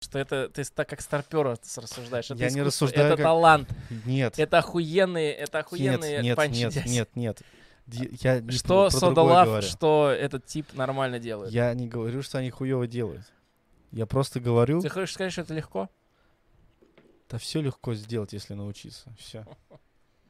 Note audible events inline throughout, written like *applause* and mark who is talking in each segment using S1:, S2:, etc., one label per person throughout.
S1: что это ты так как старпер рассуждаешь. Это
S2: Я не
S1: искусство,
S2: рассуждаю
S1: Это
S2: как-
S1: талант.
S2: Нет.
S1: Это охуенные, это
S2: Нет,
S1: охуенные
S2: нет,
S1: панчи,
S2: нет,
S1: дядя.
S2: нет, нет. Ди- Я не
S1: Что
S2: про- про другое
S1: Содолав,
S2: говорю.
S1: что этот тип нормально делает.
S2: Я не говорю, что они хуево делают. Я просто говорю,
S1: Ты хочешь сказать, что это легко?
S2: да все легко сделать, если научиться.
S1: *laughs*
S2: Все.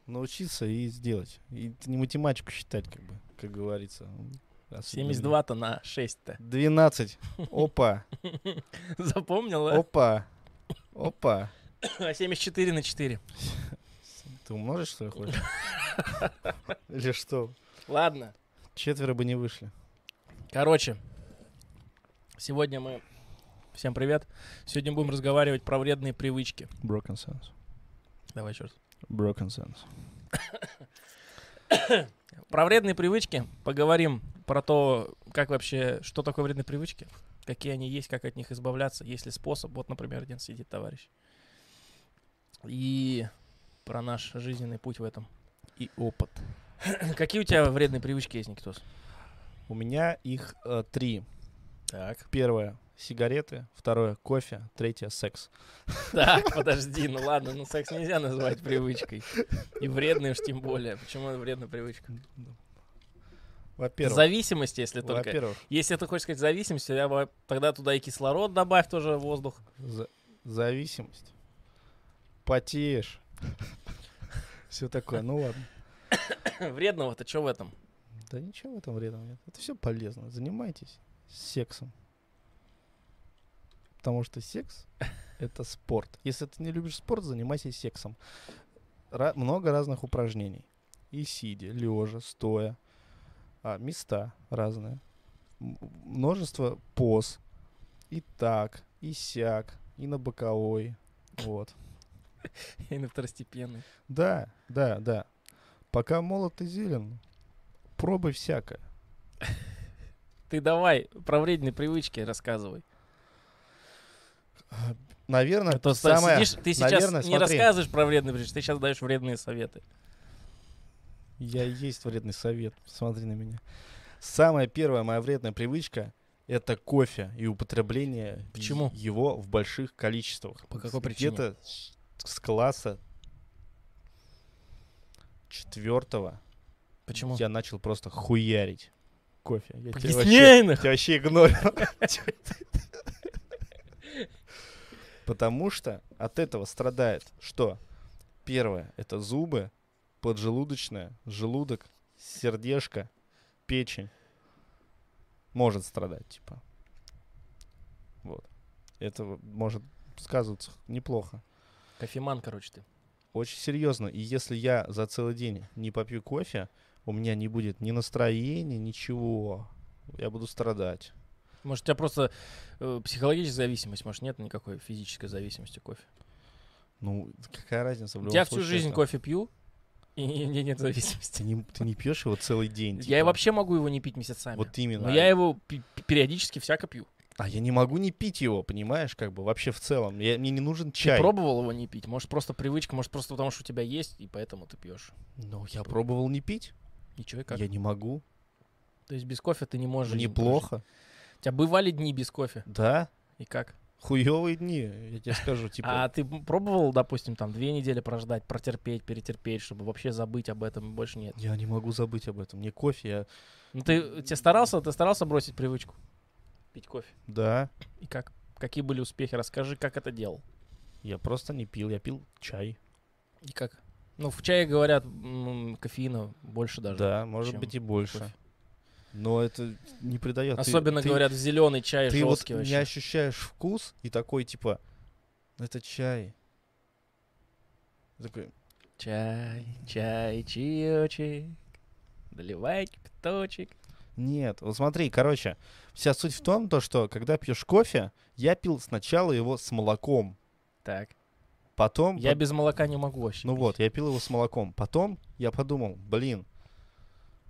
S2: Научиться и сделать. И это не математику считать, как бы, как говорится. М, особенно мне.
S1: 72-то на 6-то.
S2: 12. Опа,
S1: *laughs* Запомнил, да?
S2: опа, опа.
S1: А 74 на 4.
S2: Ты умножишь, что
S1: *laughs*
S2: ли, хочешь? Или что?
S1: Ладно.
S2: Четверо бы не вышли.
S1: Короче, сегодня мы... Всем привет. Сегодня будем разговаривать про вредные привычки.
S2: Broken sense.
S1: Давай, черт.
S2: Broken sense.
S1: Про вредные привычки поговорим, про то, как вообще, что такое вредные привычки, какие они есть, как от них избавляться, есть ли способ. Вот, например, один сидит товарищ. И про наш жизненный путь в этом.
S2: И опыт.
S1: *clears throat* Какие у тебя вредные привычки есть,
S2: *laughs*
S1: Никитос?
S2: У меня их э, три.
S1: Так.
S2: Первое — сигареты, второе — кофе, третье — секс.
S1: Так, *laughs* подожди, ну ладно, ну секс нельзя назвать привычкой. И вредной уж тем более. Почему это вредная привычка?
S2: Во-первых,
S1: Зависимость, если только.
S2: во-первых,
S1: Если ты хочешь сказать зависимость, я бы тогда туда и кислород добавь тоже, воздух. *clears throat*
S2: за- зависимость. Потеешь. *laughs* Все такое, ну ладно.
S1: Вредного-то что в этом?
S2: Да ничего в этом вреда нет. Это все полезно. Занимайтесь сексом. Потому что секс — это спорт. Если ты не любишь спорт, занимайся сексом. Ра- много разных упражнений. И сидя, лежа, стоя. А, места разные. М- Множество поз. И так, и сяк, и на боковой. Вот.
S1: И на второстепенный.
S2: Да, да, да. Пока молод и зелен, пробуй всякое.
S1: Ты давай про вредные привычки рассказывай.
S2: Наверное,
S1: А то ста-
S2: самое...
S1: сидишь, ты сейчас
S2: наверное,
S1: не
S2: смотри.
S1: рассказываешь про вредные привычки, ты сейчас даешь вредные советы.
S2: Я и есть вредный совет. Смотри на меня. Самая первая моя вредная привычка — это кофе и употребление
S1: Почему?
S2: е- его в больших количествах.
S1: По какой
S2: Где-то с- с класса четвертого
S1: Почему?
S2: я начал просто хуярить кофе. Я тебя вообще-
S1: Поясняй нах-
S2: я вообще игнорил. Потому что от этого страдает что? Первое, это зубы, поджелудочная, желудок, сердечко, печень. Может страдать, типа. Вот. Это вот может сказываться неплохо.
S1: Кофеман, короче, ты.
S2: Очень серьезно. И если я за целый день не попью кофе, у меня не будет ни настроения, ничего. Я буду страдать.
S1: Может, у тебя просто э, психологическая зависимость, может, нет никакой физической зависимости к кофе.
S2: Ну, какая разница в любом
S1: Я всю
S2: случае,
S1: жизнь
S2: это-
S1: кофе пью, и у меня нет *laughs*
S2: Ты
S1: зависимости.
S2: не, ты не пьешь его целый день.
S1: Я и
S2: типа.
S1: вообще могу его не пить месяцами.
S2: Вот именно.
S1: но я его пи- пи- периодически всяко пью.
S2: А я не могу не пить его, понимаешь, как бы вообще в целом. Я- мне не нужен чай.
S1: Ты пробовал его не пить? Может, просто привычка, может, просто потому что у тебя есть, и поэтому ты пьешь.
S2: Ну, я пробовал не пить.
S1: Ничего и как.
S2: Я не могу.
S1: То есть без кофе ты не можешь. жить,
S2: Неплохо.
S1: У тебя бывали дни без кофе?
S2: Да.
S1: И как?
S2: Хуевые дни, я тебе скажу,
S1: А
S2: типа.
S1: ты м- пробовал, допустим, там две недели прождать, протерпеть, перетерпеть, чтобы вообще забыть об этом и больше нет?
S2: Я не могу забыть об этом. Мне кофе, я.
S1: Ну ты тебе старался, ты старался бросить привычку пить кофе?
S2: Да.
S1: И как? Какие были успехи? Расскажи, как это делал.
S2: Я просто не пил, я пил чай.
S1: И как? Ну, в чае говорят, м, кофеина больше даже.
S2: Да, может
S1: чем
S2: быть и больше.
S1: кофе.
S2: Но это не придает.
S1: Особенно говорят, зеленый чай
S2: ты вот
S1: жесткий
S2: не
S1: вообще.
S2: ощущаешь вкус и такой типа, это чай. Такой,
S1: Чай, чай, чаечек, доливай кипяточек.
S2: нет, вот смотри, короче, вся суть в том, то, что когда пьешь кофе, я пил сначала его с молоком,
S1: Так.
S2: потом...
S1: Я
S2: пот-
S1: без молока не могу вообще.
S2: Ну
S1: пить.
S2: вот, я пил его с молоком, потом я подумал, блин,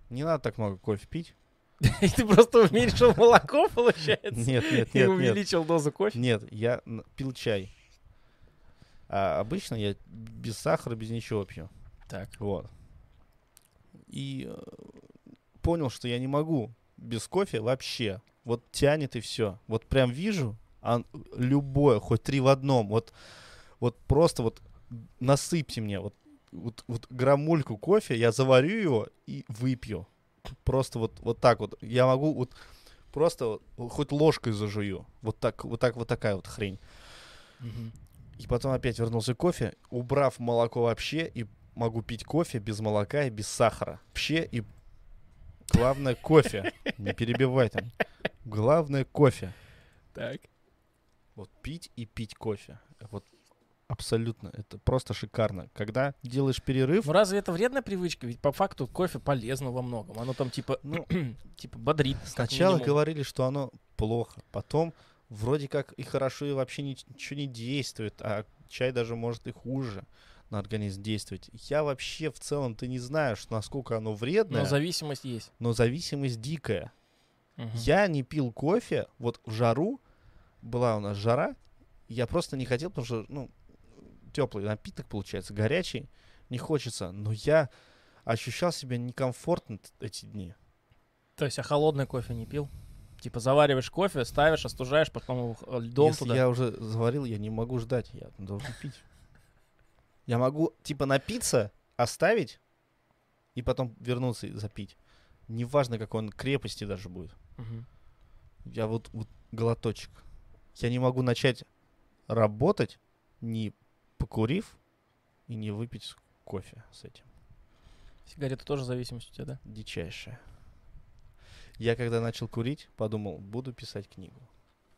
S2: не надо так много кофе
S1: *laughs*
S2: пить.
S1: И ты просто уменьшил молоко, получается?
S2: Нет, нет,
S1: *laughs* И
S2: нет, нет.
S1: увеличил дозу кофе?
S2: Нет, я н- пил чай. А обычно я без сахара, без ничего пью.
S1: Так.
S2: Вот. И э, понял, что я не могу без кофе вообще. Вот тянет и все. Вот прям вижу, А любое, хоть три в одном, вот, вот просто вот насыпьте мне вот, вот, вот грамульку кофе, я заварю его и выпью. Просто вот, вот так вот. Я могу вот просто вот хоть ложкой зажую. Вот так, вот так, вот такая вот хрень. И потом опять вернулся кофе, убрав молоко вообще, и могу пить кофе без молока и без сахара. Вообще, и главное кофе. Не перебивай там. Главное кофе.
S1: Так.
S2: Вот пить и пить кофе. Вот абсолютно. Это просто шикарно. Когда делаешь перерыв,
S1: Ну разве это вредная привычка? Ведь по факту кофе полезно во многом. Оно там типа,
S2: ну,
S1: *clears throat* типа бодрит. как
S2: сначала
S1: минимум.
S2: говорили, что оно плохо. Потом вроде как и хорошо, и вообще ни- ничего не действует. А чай даже может и хуже на организм действовать. Я вообще в целом, ты не знаешь, насколько оно вредное,
S1: Но зависимость есть.
S2: но зависимость дикая.
S1: Мгм.
S2: Я не пил кофе, вот в жару, была у нас жара, я просто не хотел, потому что, ну, теплый напиток получается, горячий, не хочется, но я ощущал себя некомфортно т- эти дни.
S1: То есть, а холодный кофе не пил? Типа завариваешь кофе, ставишь, остужаешь, потом его х- льдом
S2: Если
S1: туда.
S2: я уже заварил, я не могу ждать, я должен пить. Я могу, типа, напиться, оставить, и потом вернуться и запить. Неважно, какой он крепости даже будет.
S1: Мгм.
S2: Я вот, вот глоточек. Я не могу начать работать, не покурив и не выпить с- кофе с этим.
S1: Сигареты тоже зависимость у тебя, да?
S2: Дичайшее. Я когда начал курить, подумал, буду писать книгу.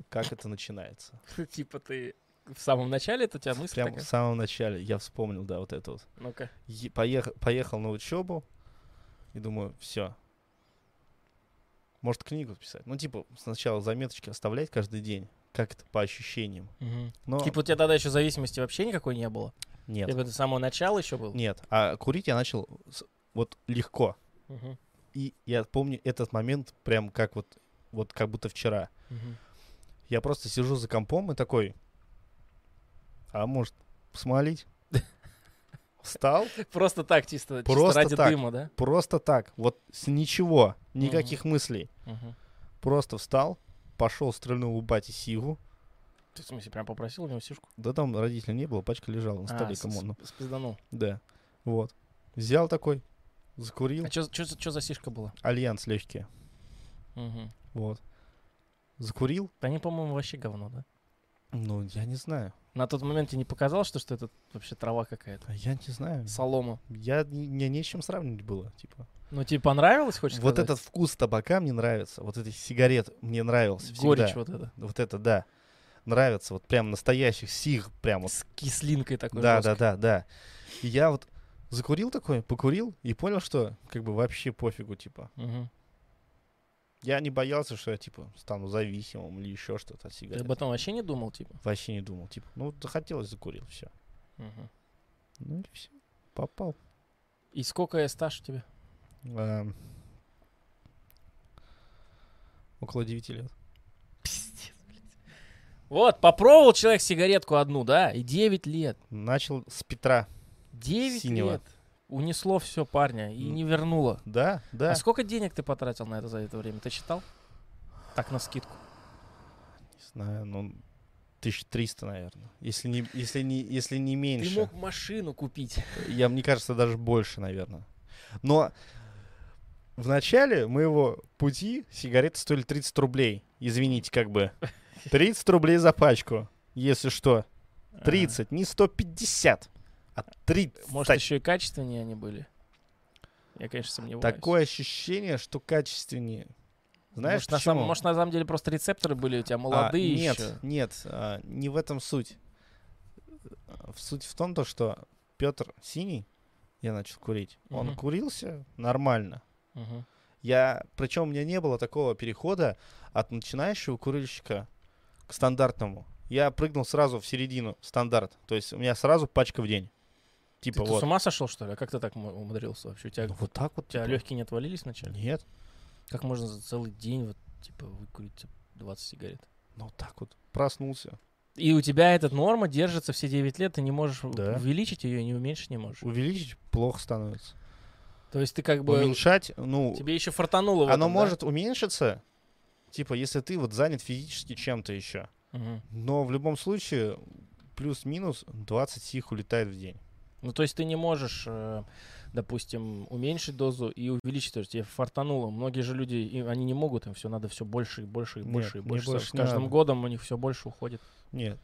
S2: Как это начинается? *laughs*
S1: Типа ты в самом начале это у тебя мысль
S2: Прямо в
S1: такая?
S2: самом начале я вспомнил, да, вот это вот.
S1: Ну-ка.
S2: Е- поех- поехал на учебу и думаю, все. Может, книгу писать? Ну, типа, сначала заметочки оставлять каждый день. Как это по ощущениям? Но
S1: Типа у тебя тогда еще зависимости вообще никакой не было?
S2: нет.
S1: Типа это с самого начала еще был?
S2: Нет, а курить я начал с- вот легко.
S1: Мгм.
S2: И я помню этот момент прям как вот, вот как будто вчера.
S1: Мгм.
S2: Я просто сижу за компом и такой, а может,
S1: *laughs*
S2: смолить? Встал,
S1: Просто так, чисто, чисто
S2: Просто
S1: ради
S2: так.
S1: дыма, да?
S2: просто так, вот с ничего, никаких мыслей.
S1: Мгм.
S2: Просто встал, пошел, стрельнул у бати сигу.
S1: Ты в смысле прям попросил у него сишку?
S2: Да там родителей не было, пачка лежала на столе,
S1: А, с-
S2: камон. ну,
S1: с- спизданул.
S2: Да, вот. Взял такой, закурил,
S1: А что за сишка была?
S2: альянс легкие,
S1: Мгм.
S2: вот. Закурил,
S1: Да они, по-моему, вообще говно, да?
S2: Ну, я не знаю.
S1: На тот момент тебе не показалось, что, что это вообще трава какая-то?
S2: А Я не знаю.
S1: Солома.
S2: Я н- мне не с чем сравнивать было, типа.
S1: Ну, тебе понравилось, хочешь
S2: вот
S1: сказать?
S2: этот вкус табака мне нравится. Вот эти сигарет мне нравился всегда.
S1: Горечь вот эта.
S2: Вот это, да. Нравится, вот прям настоящих сиг, прям вот.
S1: С кислинкой такой
S2: Да, да,
S1: жёсткой.
S2: да, да. И я вот закурил такой, покурил и понял, что как бы вообще пофигу, типа.
S1: Мгм.
S2: Я не боялся, что я, типа, стану зависимым или еще что-то от
S1: Ты
S2: сигарет.
S1: об этом вообще не думал, типа?
S2: Вообще не думал, типа, ну, захотелось, закурил, все.
S1: Мгм.
S2: Ну и все, попал.
S1: И сколько стаж у тебя?
S2: Эм, Около 9 лет.
S1: Пиздец, блядь. Вот, попробовал человек сигаретку одну, да, и 9 лет.
S2: Начал с Петра.
S1: 9
S2: Синего. Ну.
S1: лет. Унесло все парня и
S2: М.
S1: не вернуло.
S2: Да, да.
S1: А сколько денег ты потратил на это за это время? Ты считал? Так, на скидку.
S2: Не знаю, ну, 1300, наверное. Если не, если не, если не меньше.
S1: Ты мог машину купить.
S2: Я, мне кажется, даже больше, наверное. Но в начале моего пути сигареты стоили 30 рублей. Извините,
S1: *laughs*
S2: как бы. 30 рублей за пачку, если что. 30, не 150, а 30.
S1: А, Может, еще и качественнее они были? Я, конечно, сомневаюсь.
S2: Такое ощущение, что качественнее. Знаешь,
S1: может, на
S2: почему?
S1: самом, может, на самом деле просто рецепторы были у тебя молодые
S2: А, нет,
S1: еще.
S2: нет, а, не в этом суть. Э, Суть в том, то, что Петр Синий, я начал курить, он
S1: Мгм.
S2: курился нормально.
S1: Мгм.
S2: Я, причем у меня не было такого перехода от начинающего курильщика к стандартному. Я прыгнул сразу в середину, стандарт. То есть у меня сразу пачка в день. Типа
S1: ты, ты
S2: вот.
S1: с ума сошел, что ли? А как ты так м- умудрился вообще? У тебя,
S2: Ну,
S1: у
S2: вот так вот.
S1: тебя
S2: типа.
S1: легкие не отвалились вначале?
S2: Нет,
S1: Как можно за целый день вот, типа, выкурить типа, 20 сигарет?
S2: ну вот так вот. Проснулся.
S1: И у тебя эта норма держится все 9 лет, ты не можешь у-
S2: Да.
S1: увеличить ее, не уменьшить не можешь.
S2: Увеличить плохо становится.
S1: То есть ты как
S2: Типа,
S1: бы...
S2: Уменьшать, ну,
S1: Тебе еще фартануло в
S2: Оно
S1: этом, да?
S2: может уменьшиться, типа, если ты вот занят физически чем-то еще.
S1: Мгм.
S2: Но в любом случае, плюс-минус 20 сих улетает в день.
S1: Ну, то есть ты не можешь, э, допустим, уменьшить дозу и увеличить. То есть тебе фартануло. Многие же люди, и они не могут, им все надо все больше и больше и
S2: Нет,
S1: больше и
S2: мне
S1: больше. С-
S2: больше
S1: С
S2: не
S1: каждым
S2: надо.
S1: годом у них все больше уходит.
S2: Нет.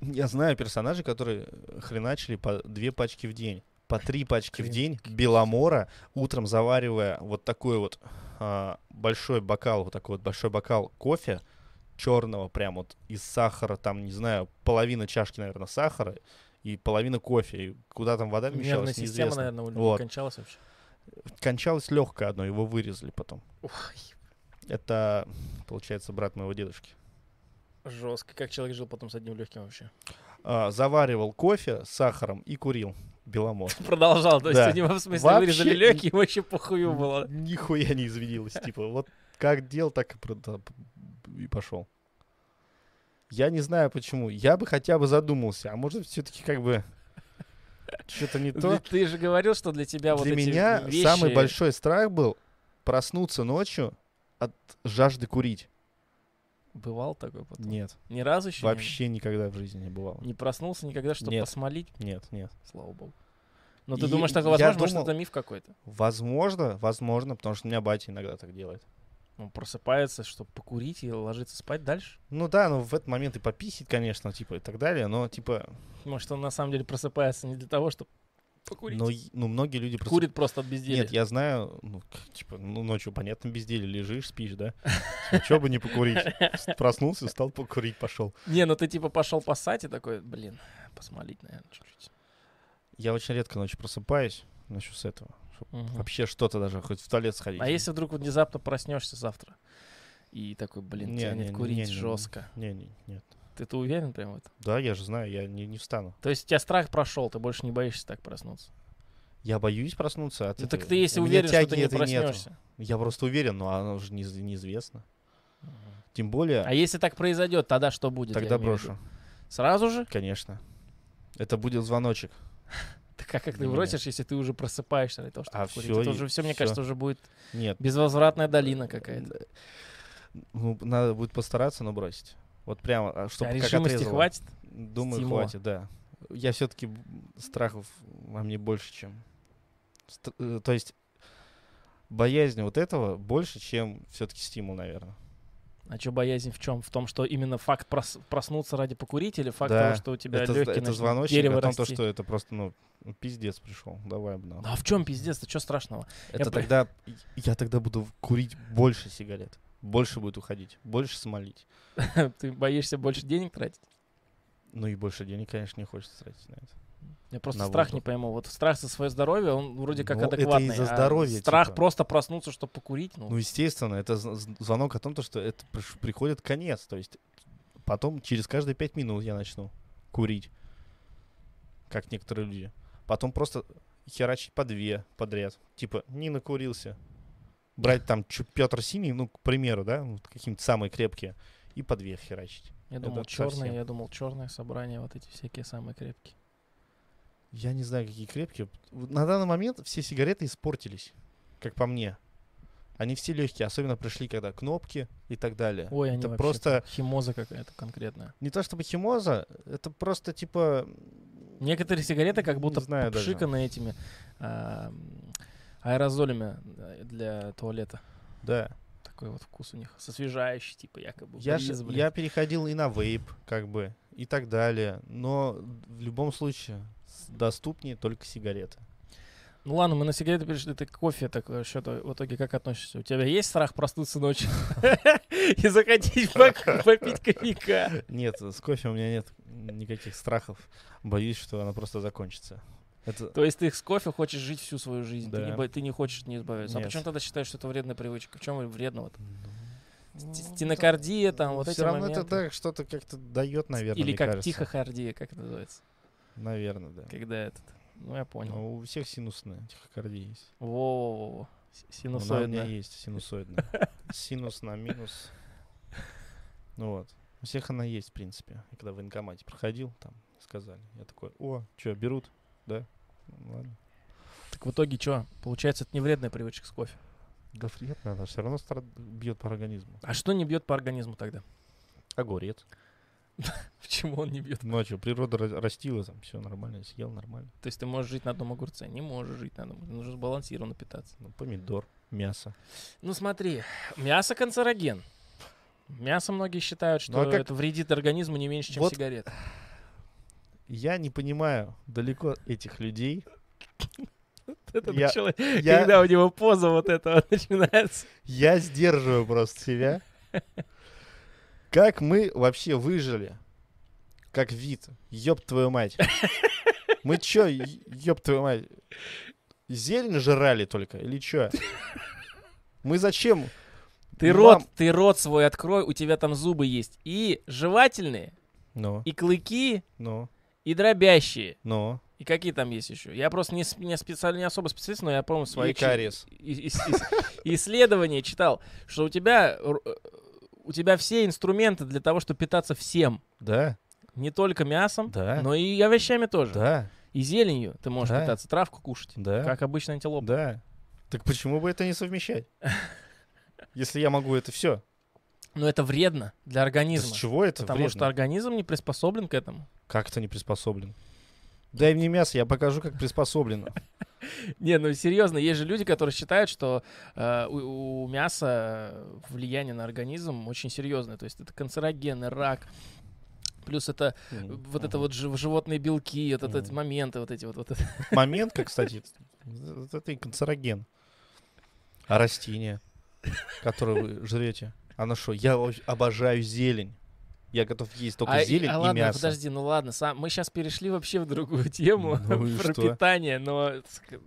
S2: Я знаю персонажей, которые хреначили по две пачки в день. По три пачки в
S1: Крем.
S2: день беломора, утром заваривая вот такой вот а, большой бокал, вот такой вот большой бокал кофе черного, прям вот из сахара, там, не знаю, половина чашки, наверное, сахара и половина кофе. И куда там вода
S1: Нервная
S2: вмещалась,
S1: система,
S2: неизвестно.
S1: наверное, у людей
S2: Вот.
S1: кончалась вообще.
S2: Кончалось легкое одно, его вырезали потом.
S1: Ой,
S2: Это, получается, брат моего дедушки.
S1: жестко. Как человек жил потом с одним легким вообще?
S2: А, заваривал кофе с сахаром и курил беломор.
S1: *laughs* Продолжал. То есть
S2: Да.
S1: у него в смысле
S2: Вообще
S1: вырезали
S2: не-
S1: легкие, ему вообще похую
S2: Н-
S1: было.
S2: Нихуя
S1: *laughs*
S2: не извинилась. Типа, вот как делал, так и, прода- и пошел. Я не знаю почему. Я бы хотя бы задумался. А может, все-таки
S1: *laughs*
S2: как бы что-то не то.
S1: Ведь Ты же говорил, что для тебя вот
S2: Для
S1: эти
S2: меня
S1: вещи...
S2: самый большой страх был проснуться ночью от жажды курить.
S1: Бывал такой потом?
S2: Нет.
S1: Ни разу еще
S2: Вообще никогда в жизни не бывало.
S1: не, не проснулся никогда, чтобы
S2: Нет.
S1: посмолить?
S2: Нет, нет.
S1: Слава богу. Но ты
S2: И
S1: думаешь, такое
S2: я
S1: возможно? Может,
S2: думал-
S1: это миф какой-то?
S2: Возможно, возможно, потому что у меня батя иногда так делает.
S1: Он Ну, просыпается, чтобы покурить и ложиться спать дальше?
S2: Ну да, ну в этот момент и пописить, конечно, типа и так далее, но типа
S1: Может, он на самом деле просыпается не для того, чтобы покурить?
S2: Но, и- ну, многие люди просто...
S1: Курит просто от безделья.
S2: Нет, я знаю, ну, к- типа, ну, ночью, понятно, безделье, лежишь, спишь, да? Чего бы не покурить? С- Проснулся, встал покурить, пошел.
S1: Не, ну ты типа пошел пасать и такой, блин, посмолить, наверное, чуть-чуть.
S2: Я очень редко ночью просыпаюсь, начну с этого. чтоб
S1: Мгм.
S2: Вообще что-то даже, хоть в туалет сходить.
S1: А если вдруг внезапно проснешься завтра и такой, блин,
S2: Не,
S1: тянет
S2: не, не,
S1: курить
S2: не, не, не.
S1: жестко.
S2: Не, не, нет.
S1: Ты-то уверен прям в этом?
S2: Да, я же знаю, я не, не встану.
S1: То есть у тебя страх прошел, ты больше не боишься так проснуться.
S2: Я боюсь проснуться от
S1: Ну,
S2: этого.
S1: так ты если
S2: У меня
S1: уверен, что
S2: тяги
S1: ты не
S2: этой нету.
S1: проснешься.
S2: Я просто уверен, но оно же не- неизвестно. Тем более,
S1: А если так произойдет, тогда что будет? я
S2: тогда
S1: имею в виду?
S2: брошу.
S1: Сразу же?
S2: Конечно. Это будет звоночек.
S1: Так а как, как ты
S2: Для меня.
S1: бросишь, если ты уже просыпаешься для того, чтобы
S2: А
S1: курить?
S2: всё,
S1: Это
S2: и-
S1: уже все, мне
S2: всё.
S1: кажется, уже будет
S2: Нет,
S1: безвозвратная долина какая-то.
S2: Ну, надо будет постараться, но бросить. Вот прямо, а
S1: А
S2: чтобы как
S1: решимости
S2: отрезало.
S1: хватит?
S2: Думаю,
S1: Стимула.
S2: хватит, да. Я все-таки страхов во мне больше, чем... ст- э, То есть боязнь вот этого больше, чем все-таки стимул, наверное.
S1: А что боязнь в чем? В том, что именно факт прос- проснуться ради покурить или факт
S2: Да.
S1: того, что у тебя
S2: это
S1: легкие
S2: это
S1: начнут
S2: звоночек
S1: дерево
S2: о том, то,
S1: расти?
S2: что это просто, ну, пиздец пришел. Давай обнал.
S1: Да а в чем пиздец-то? Что страшного? *laughs* я
S2: Это
S1: про-
S2: тогда... Я тогда буду курить больше сигарет. Больше будет уходить. Больше смолить.
S1: Ты боишься больше денег тратить?
S2: Ну и больше денег, конечно, не хочется тратить на это.
S1: Я просто
S2: На
S1: страх
S2: воздух.
S1: не пойму. Вот страх за свое здоровье, он вроде как
S2: Ну, это
S1: адекватный.
S2: из-за
S1: а
S2: здоровья,
S1: страх
S2: типа.
S1: просто проснуться, чтобы покурить. Ну,
S2: Ну, естественно, это зн- зн- звонок о том, то, что это приш- приходит конец. То есть потом через каждые пять минут я начну курить, как некоторые люди. Потом просто херачить по две подряд. Типа, не накурился. Брать там Петр Синий, ну, к примеру, да, вот какие-нибудь самые крепкие, и по две херачить.
S1: я думал,
S2: это
S1: черное,
S2: совсем.
S1: я думал, черное собрание, вот эти всякие самые крепкие.
S2: Я не знаю, какие крепкие. Вот На данный момент все сигареты испортились, как по мне. Они все легкие, особенно пришли, когда кнопки и так далее.
S1: Ой, они
S2: это
S1: вообще
S2: просто
S1: химоза какая-то конкретная.
S2: Не то чтобы химоза, это просто типа...
S1: Некоторые сигареты как
S2: Не
S1: будто
S2: знаю даже.
S1: пшиканы этими а, м, аэрозолями э, для туалета.
S2: Да.
S1: Такой вот вкус у них. Сосвежающий, типа якобы.
S2: Я, ж-
S1: бриз, блин.
S2: я переходил и на вейп, как бы, и так далее. Но в любом случае с- доступнее только сигареты.
S1: Ну ладно, мы на сигареты перешли, ты к кофе так вообще -то, в итоге как относишься? У тебя есть страх проснуться ночью *laughs* и захотеть
S2: *laughs*
S1: пок- попить кофейка?
S2: Нет, с кофе у меня нет никаких страхов. Боюсь, что она просто закончится. Это...
S1: То есть ты с кофе хочешь жить всю свою жизнь, ты,
S2: Да.
S1: не, бо- ты не хочешь не избавиться. А
S2: Нет.
S1: почему тогда считаешь, что это вредная привычка? В чем вредного-то?
S2: Ну,
S1: Ст- Стенокардия там, вот эти
S2: Все равно
S1: моменты.
S2: это да, что-то как-то дает, наверное,
S1: Или
S2: мне
S1: как
S2: кажется.
S1: тихохардия, как это называется?
S2: Наверное, да.
S1: Когда этот... Ну, я понял.
S2: Но у всех синусная тихокардия есть.
S1: Во-во-во. С-
S2: Ну, она у меня
S1: Синусоидная.
S2: есть синусоидная. *laughs* Синус на минус. Ну вот. У всех она есть, в принципе. Я когда в военкомате проходил, там сказали. Я такой, о, что, берут? Да? Ну, ладно.
S1: Так в итоге что? Получается, это не вредная привычка с кофе.
S2: Да вредно, она все равно стра- бьет по организму.
S1: А что не бьет по организму тогда?
S2: Огурец.
S1: *laughs* Почему он не бьет?
S2: Ночью Ну, а природа ра- растила, там все нормально, съел нормально.
S1: То есть ты можешь жить на одном огурце? Не можешь жить на одном. Нужно сбалансированно питаться.
S2: Ну, помидор, мясо.
S1: Ну смотри, мясо канцероген. Мясо многие считают, что
S2: Ну, а как-
S1: это вредит организму не меньше, чем *laughs*
S2: Вот-
S1: сигарет.
S2: Я не понимаю далеко этих людей.
S1: Этот
S2: Я-
S1: человек,
S2: *laughs* я-
S1: когда у него поза вот эта вот *laughs* начинается.
S2: Я сдерживаю просто себя. Как мы вообще выжили? Как вид. Ёб твою мать. Мы чё, ё- ёб твою мать, зелень жрали только или чё? Мы зачем?
S1: Ты
S2: Мам-
S1: рот, ты рот свой открой, у тебя там зубы есть. И жевательные,
S2: Ну,
S1: и клыки,
S2: ну,
S1: и дробящие.
S2: ну.
S1: И какие там есть еще? Я просто не, сп- не, специально, не особо специалист, но я помню свои
S2: И кариес.
S1: и- ис- ис- исследования читал, что у тебя р- э, у тебя все инструменты для того, чтобы питаться всем.
S2: Да,
S1: Не только мясом,
S2: Да.
S1: но и овощами тоже.
S2: да,
S1: И зеленью ты можешь
S2: Да.
S1: питаться, травку кушать.
S2: да.
S1: Как обычно антилопа.
S2: Да. Так почему бы это не совмещать? Если я могу это все.
S1: Но это вредно для
S2: С
S1: организма.
S2: чего это
S1: потому
S2: вредно?
S1: что организм не приспособлен к этому.
S2: Как это не приспособлен? Дай мне мясо, я покажу, как приспособлено.
S1: Не, ну серьезно, есть же люди, которые считают, что э, у, у мяса влияние на организм очень серьезное. То есть это канцерогены, рак. Плюс это *laughs* вот это вот жи- животные белки, вот это- эти
S2: Мгм.
S1: моменты, вот эти вот, вот это.
S2: Момент, как, кстати, вот это и канцероген. А растение, которое вы жрете, оно что? Я вообще обожаю зелень. Я готов есть только
S1: А,
S2: зелень
S1: а
S2: и
S1: ладно,
S2: мясо.
S1: подожди, ну ладно, сам, мы сейчас перешли вообще в
S2: *laughs*
S1: другую тему
S2: Ну и
S1: про
S2: что?
S1: питание, но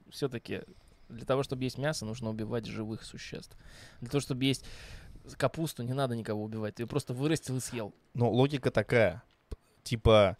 S1: все-таки для того, чтобы есть мясо, нужно убивать живых существ. Для того, чтобы есть капусту, не надо никого убивать, ты ее просто вырастил и съел.
S2: Но логика такая. п- Типа,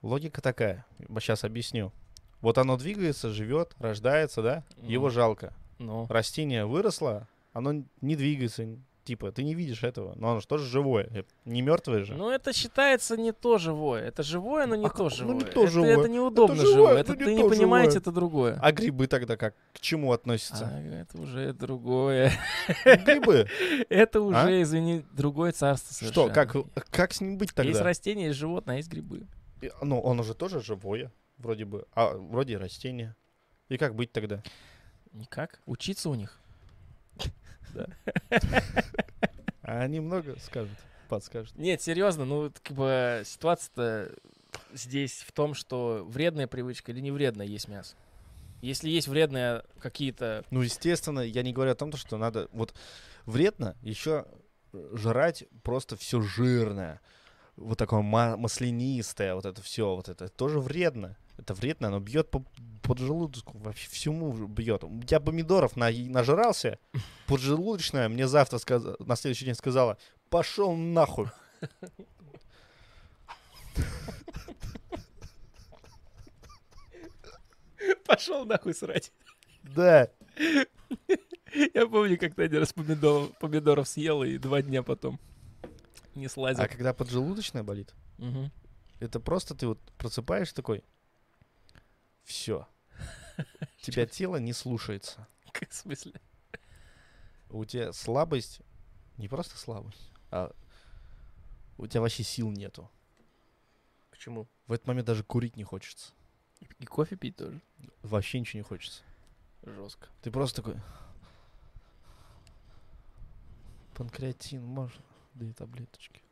S2: логика такая. Сейчас объясню. Вот оно двигается, живет, рождается, да? Его
S1: Мгм.
S2: жалко.
S1: Ну,
S2: Растение выросло, оно н- не двигается. н- Типа, ты не видишь этого. Но оно же тоже живое. э, Не мертвое же.
S1: ну это считается не то живое, это живое, но не
S2: А
S1: то
S2: как- ну,
S1: живое.
S2: не то
S1: это,
S2: живое.
S1: это неудобно
S2: Это
S1: живое,
S2: живое,
S1: это
S2: но не
S1: ты не
S2: то
S1: понимаете,
S2: живое.
S1: это другое.
S2: А грибы тогда как? К чему относятся?
S1: А, это уже другое. *laughs* А.
S2: Грибы.
S1: Это уже, извини, другое царство
S2: А? Что,
S1: совершенно.
S2: как, как с ним быть
S1: Есть
S2: тогда?
S1: растения, есть животные, а есть грибы.
S2: И- Ну, он уже тоже живое, вроде бы. А вроде и растение. И как быть
S1: *laughs*
S2: тогда?
S1: Никак. Учиться у них.
S2: А они много скажут, подскажут.
S1: Нет, серьезно, ну вот, как бы ситуация-то здесь в том, что вредная привычка или не вредная есть мясо. Если есть вредные какие-то...
S2: *laughs* Ну, естественно, я не говорю о том, то, что надо... Вот вредно еще жрать просто все жирное. Вот такое ма- маслянистое, вот это все, вот это тоже вредно. Это вредно, оно бьет по поджелудочку, вообще всему бьет. Я помидоров на нажрался, поджелудочная мне завтра сказ- на следующий день сказала, пошел нахуй.
S1: Пошел нахуй срать.
S2: Да,
S1: *laughs* Я помню, как ты один раз помидоров, помидоров съел и два дня потом не слазил.
S2: А когда поджелудочная болит,
S1: Мгм.
S2: это просто ты вот просыпаешь такой, все. Тебя тело не слушается.
S1: Как, *laughs* в смысле?
S2: У тебя слабость, не просто слабость, а у тебя вообще сил нету.
S1: Почему?
S2: В этот момент даже курить не хочется.
S1: И кофе пить тоже.
S2: Вообще ничего не хочется.
S1: Жестко.
S2: Ты просто такой... Панкреатин можно? Да и таблеточки.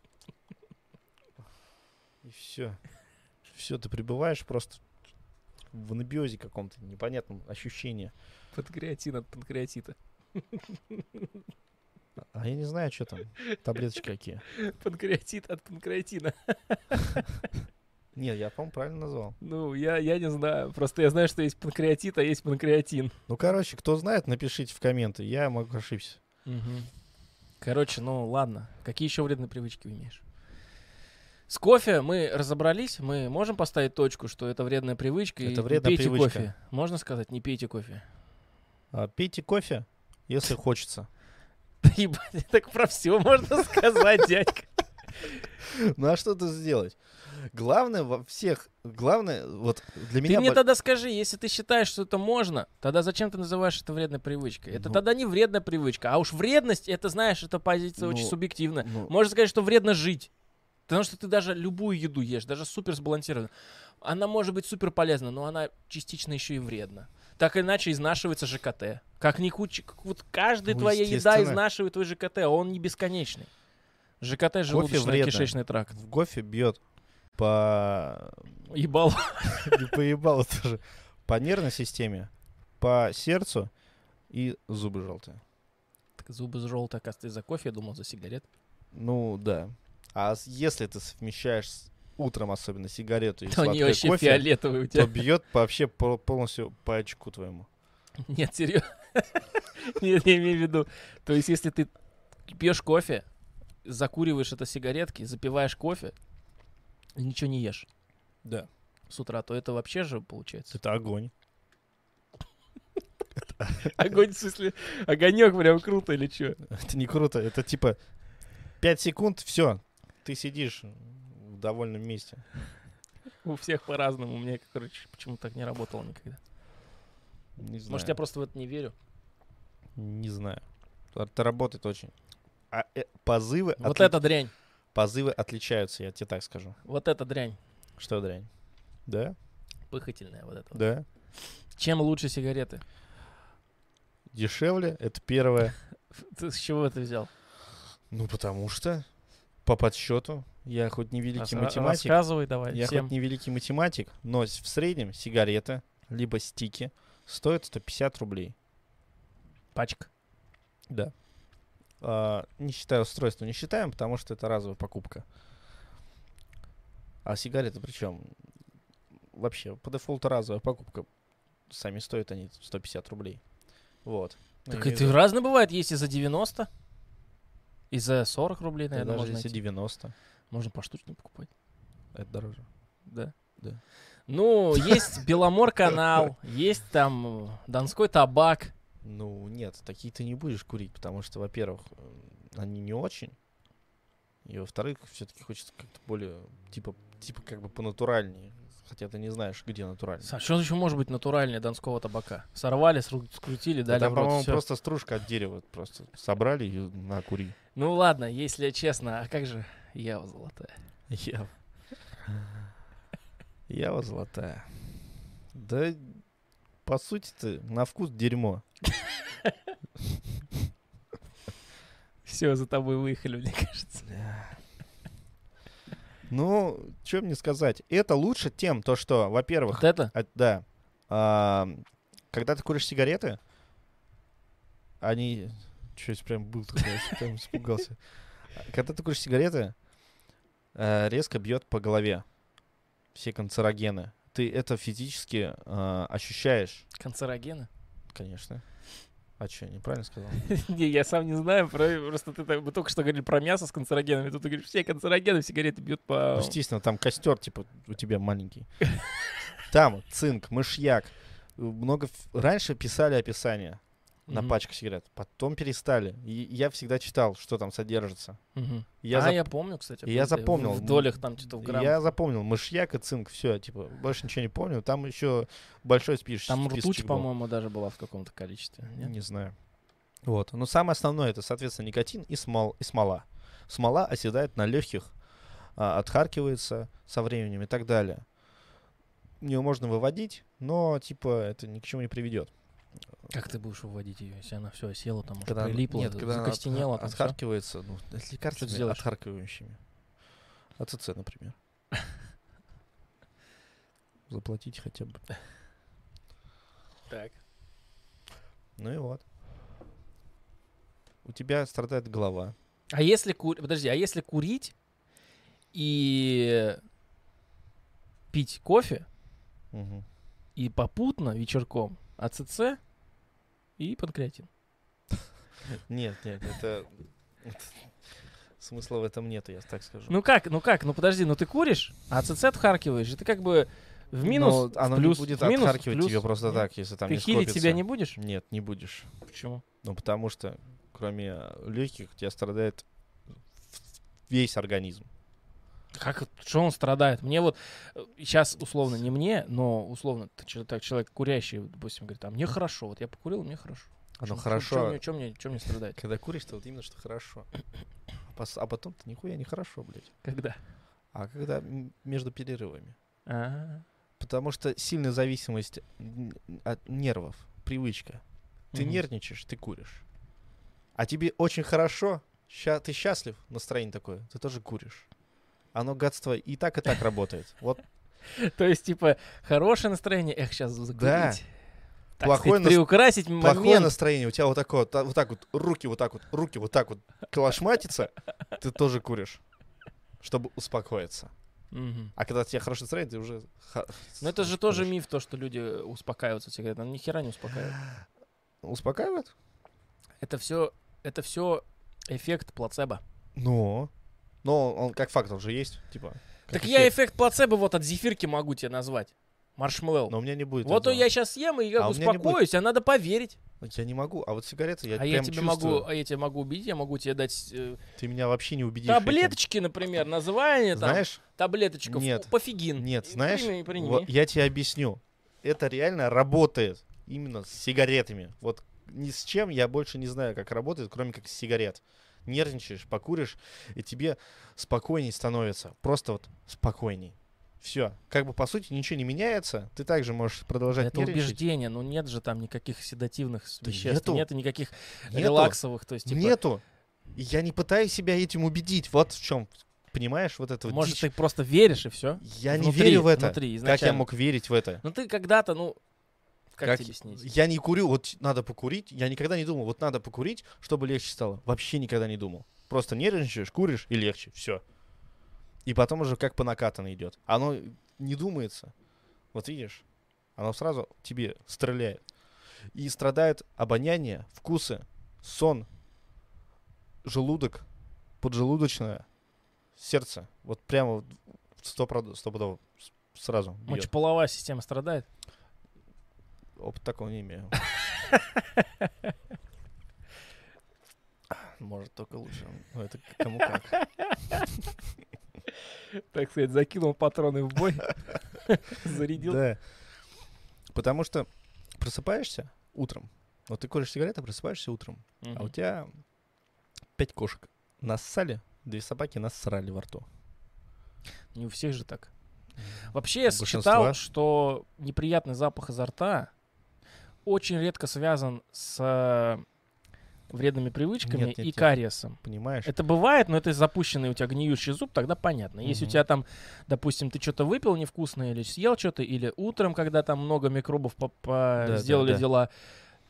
S2: И все. Все, ты пребываешь просто в анабиозе каком-то непонятном ощущении.
S1: Панкреатин от панкреатита. *laughs*
S2: А я не знаю, что там. Таблеточки какие.
S1: Панкреатит от панкреатина.
S2: Нет, я, по-моему, правильно назвал.
S1: Ну, я, я не знаю. Просто я знаю, что есть панкреатит, а есть панкреатин.
S2: Ну, короче, кто знает, напишите в комменты. Я могу ошибся.
S1: Короче, ну ладно. Какие еще вредные привычки имеешь? С кофе мы разобрались, мы можем поставить точку, что это вредная привычка. и
S2: Это
S1: не
S2: вредная
S1: пейте
S2: привычка.
S1: кофе. Можно сказать, не пейте кофе.
S2: А, пейте кофе, если хочется.
S1: Да ебать, *laughs* так про все можно
S2: *laughs*
S1: сказать, дядька.
S2: *laughs* Ну, а что тут сделать? Главное во всех... Главное, вот
S1: Ты
S2: для меня...
S1: мне
S2: бо-
S1: тогда скажи, если ты считаешь, что это можно, тогда зачем ты называешь это вредной привычкой? Это
S2: Ну.
S1: тогда не вредная привычка, а уж вредность, это знаешь, это позиция очень
S2: Ну,
S1: субъективная.
S2: ну,
S1: Можно сказать, что вредно жить. Потому что ты даже любую еду ешь, даже супер сбалансированную. Она может быть супер полезна, но она частично еще и вредна. Так иначе изнашивается ЖКТ. Как ни куча, как вот каждая
S2: Ну,
S1: твоя еда
S2: естественно.
S1: изнашивает твой ЖКТ, а он не бесконечный. ЖКТ желудочно-кишечный тракт.
S2: В кофе бьет по... *laughs*
S1: Ебал.
S2: не Поебало тоже. По нервной системе, по сердцу и зубы желтые.
S1: Так Зубы желтые, оказывается, из-за кофе, я думал, за сигарет.
S2: Ну, да. А с- если ты совмещаешь с- утром особенно сигарету и
S1: То *laughs* они
S2: сладкое
S1: вообще
S2: кофе,
S1: фиолетовые у тебя.
S2: то бьет вообще по- полностью по очку твоему.
S1: Нет, серьезно. *laughs* Нет, я имею в виду. То есть, если ты пьешь кофе, закуриваешь это сигаретки, запиваешь кофе, и ничего не ешь
S2: Да.
S1: с утра, то это вообще же получается.
S2: Это огонь.
S1: *laughs* Огонь, в смысле, огонек прям круто или что?
S2: *laughs* Это не круто. Это типа 5 секунд, все. Ты сидишь в довольном месте.
S1: У всех по-разному. У меня, короче, почему так не работало никогда.
S2: Не знаю.
S1: Может, я просто в это не верю.
S2: Не знаю. Это работает очень. А, э, позывы,
S1: Вот
S2: отли-
S1: это дрянь.
S2: позывы отличаются, я тебе так скажу.
S1: Вот это дрянь.
S2: Что, дрянь? Да?
S1: Пыхательная вот это. вот.
S2: Да.
S1: Чем лучше сигареты?
S2: Дешевле, это первое.
S1: *laughs* Ты с чего это взял?
S2: Ну, потому что по подсчету я хоть не великий
S1: Рас-
S2: математик,
S1: Рассказывай давай
S2: я
S1: всем.
S2: хоть не великий математик, но с- в среднем сигарета либо стики стоят 150 рублей.
S1: Пачка.
S2: Да. А, не считая устройства, не считаем, потому что это разовая покупка. А сигареты причем вообще по дефолту разовая покупка. Сами стоят они 150 рублей. Вот. Ну,
S1: Так
S2: я
S1: это
S2: имею в виду,
S1: разное бывает. Есть и за 90, и за 40 рублей,
S2: да,
S1: наверное,
S2: даже
S1: можно
S2: если
S1: найти.
S2: 90,
S1: Можно поштучно покупать.
S2: это дороже.
S1: Да.
S2: Да.
S1: Ну, есть Беломор-канал, есть там э, Донской табак.
S2: Ну, нет, такие ты не будешь курить, потому что, во-первых, м, они не очень. И во-вторых, все-таки хочется как-то более, типа, типа как бы понатуральнее. Хотя ты не знаешь, где натуральнее.
S1: А что еще может быть натуральнее донского табака? Сорвали, сру- скрутили, дали
S2: Там,
S1: в рот,
S2: по-моему,
S1: всё.
S2: просто стружка от дерева просто собрали и на кури.
S1: Ну ладно, если честно, а как же Ява золотая? *laughs*
S2: Я... Я вот золотая. Да, по сути-то, на вкус дерьмо.
S1: Все, за тобой выехали, мне кажется.
S2: Ну, что мне сказать. Это лучше тем, то что, во-первых,
S1: Вот это?
S2: А, да. А, когда ты куришь сигареты, они... Чё, я прям был такой, я прям испугался. Когда ты куришь сигареты, э, резко бьет по голове все канцерогены. Ты это физически э, ощущаешь,
S1: Канцерогены?
S2: конечно. А что, неправильно сказал?
S1: *laughs* Не, я сам не знаю, про- просто ты так- мы только что говорили про мясо с канцерогенами, тут ты говоришь, все канцерогены, сигареты бьют по...
S2: Ну, естественно, там костер, типа, у тебя маленький. Там цинк, мышьяк. Много... ф- Раньше писали описание. на
S1: Мгм.
S2: пачку сигарет. Потом перестали. И я всегда читал, что там содержится.
S1: Мгм.
S2: Я,
S1: а,
S2: зап-
S1: я помню, кстати.
S2: и я
S1: был, да,
S2: запомнил.
S1: В долях там что-то в грамм.
S2: я запомнил мышьяк и цинк, все, типа, больше ничего не помню. Там еще большой спиш-
S1: Там
S2: списочек.
S1: ртуть,
S2: был.
S1: по-моему, даже была в каком-то количестве. нет?
S2: Не знаю. Вот. Но самое основное это, соответственно, никотин и, смол... и смола. Смола оседает на легких, а, отхаркивается со временем и так далее. Ее можно выводить, но типа это ни к чему не приведет.
S1: Как ты будешь выводить ее, если она все осела, там уже
S2: она-
S1: прилипла,
S2: нет, когда она от-
S1: закостенела, там всё?
S2: отхаркивается, ну, это лекарствами
S1: сделаешь?
S2: отхаркивающими. АЦЦ, например.
S1: *laughs*
S2: Заплатить хотя бы.
S1: Так.
S2: Ну и вот. У тебя страдает голова.
S1: А если курить... Подожди, а если курить и пить кофе,
S2: Мгм.
S1: и попутно вечерком АЦЦ и панкреатин?
S2: Нет, нет, это... *laughs* это- Смысла в этом нет, я так скажу.
S1: Ну как, ну как, ну подожди, ну ты куришь, а АЦЦ отхаркиваешь, и ты как бы в минус,
S2: Но Ну, оно
S1: в плюс,
S2: не будет
S1: в минус, в
S2: отхаркивать
S1: плюс.
S2: тебе просто
S1: Нет.
S2: так, если там
S1: Ты
S2: не
S1: хилить себя
S2: скопится.
S1: не будешь?
S2: Нет, не будешь.
S1: Почему?
S2: Ну, потому что кроме легких у тебя страдает весь организм.
S1: Как, что он страдает? Мне вот сейчас условно не мне, но условно т- че- так человек курящий, допустим, говорит, а мне хорошо, вот я покурил, мне хорошо. Чё-
S2: Оно
S1: чё-
S2: Ну, хорошо. *laughs*
S1: чё мне, чё мне, чё мне страдать?
S2: Когда куришь, то вот именно что хорошо. пос- а потом-то нихуя нехорошо, блядь.
S1: Когда?
S2: А когда м- между перерывами?
S1: А,
S2: Потому что сильная зависимость н- от нервов, привычка. Ты
S1: Мгм.
S2: нервничаешь, ты куришь. А тебе очень хорошо, ща- ты счастлив, настроение такое, ты тоже куришь. Оно гадство и так, и так работает. Вот
S1: *laughs* То есть, типа, хорошее настроение, эх, сейчас закурить.
S2: Да.
S1: Так
S2: Плохое
S1: сказать,
S2: нас-
S1: приукрасить
S2: плохое
S1: момент.
S2: настроение, у тебя вот такое, та- вот так вот, руки вот так вот, руки вот так вот калашматятся, ты тоже куришь, чтобы успокоиться.
S1: Мгм.
S2: А когда тебе хорошее настроение, ты уже... ха-
S1: Ну это же тоже миф, то, что люди э, успокаиваются сигаретами. Они хера не успокаивают.
S2: Успокаивает?
S1: Это все, это все эффект плацебо.
S2: Ну. Но он как факт, он же есть, типа. как
S1: так я
S2: эффект.
S1: эффект плацебо вот от зефирки могу тебе назвать. Маршмеллоу.
S2: Но у меня не Ну, будет
S1: вот
S2: этого.
S1: я сейчас съем и как
S2: А у меня не будет.
S1: успокоюсь, а надо поверить.
S2: Я не могу, а вот сигареты я
S1: а
S2: прям
S1: я тебе
S2: чувствую.
S1: могу, а я тебя могу убить, я могу тебе дать э,
S2: Ты меня вообще не убедишь. этим.
S1: таблеточки, например, название там.
S2: Знаешь?
S1: Таблеточка. фу,
S2: Нет.
S1: Пофигин.
S2: Нет,
S1: И
S2: знаешь?
S1: прими, и прими.
S2: вот я тебе объясню. Это реально работает. Именно с сигаретами. Вот ни с чем я больше не знаю, как работает, кроме как с сигарет. Нервничаешь, покуришь, и тебе спокойней становится. Просто вот спокойней. Все. Как бы по сути ничего не меняется. Ты также можешь продолжать
S1: Это
S2: нервничать.
S1: убеждение, ну нет же там никаких седативных с-
S2: Да
S1: веществ,
S2: нету.
S1: нет и никаких
S2: Нету.
S1: релаксовых, то есть типа,
S2: Нету. И Я не пытаюсь себя этим убедить. Вот в чем, понимаешь, вот это вот
S1: может
S2: дичь.
S1: ты просто веришь и все?
S2: Я не
S1: Внутри,
S2: верю в это.
S1: внутри,
S2: как я
S1: изначально.
S2: мог верить в это?
S1: Ну ты когда-то, ну, как,
S2: Как-
S1: тебе объяснить?
S2: Я не курю, вот надо покурить. Я никогда не думал, вот надо покурить, чтобы легче стало. Вообще никогда не думал. Просто нервничаешь, куришь и легче. Все. И потом уже как по накатанной идет. Оно не думается. Вот видишь, оно сразу тебе стреляет. И страдают обоняние, вкусы, сон, желудок, поджелудочное, сердце. Вот прямо вот сто прод- стопудово с- сразу. бьёт.
S1: Мочеполовая система страдает?
S2: Опыт такого не имею. *laughs* Может, только лучше. Ну, это к- кому *laughs* как.
S1: Так сказать, закинул патроны в бой, *laughs* зарядил.
S2: Да. Потому что просыпаешься утром. Вот ты куришь сигареты, просыпаешься утром. А у тебя пять кошек. Нассали, две собаки нассрали во рту.
S1: Не у всех же так. Вообще я
S2: Большинства.
S1: считал, что неприятный запах изо рта очень редко связан с э, вредными привычками
S2: Нет, нет,
S1: и
S2: нет.
S1: кариесом.
S2: Понимаешь?
S1: Это бывает, но это запущенный у тебя гниющий зуб, тогда понятно. Если у
S2: Мгм.
S1: тебя там, допустим, ты что-то выпил невкусное или съел что-то, или утром, когда там много микробов по- по-
S2: Да,
S1: сделали
S2: да, да.
S1: дела,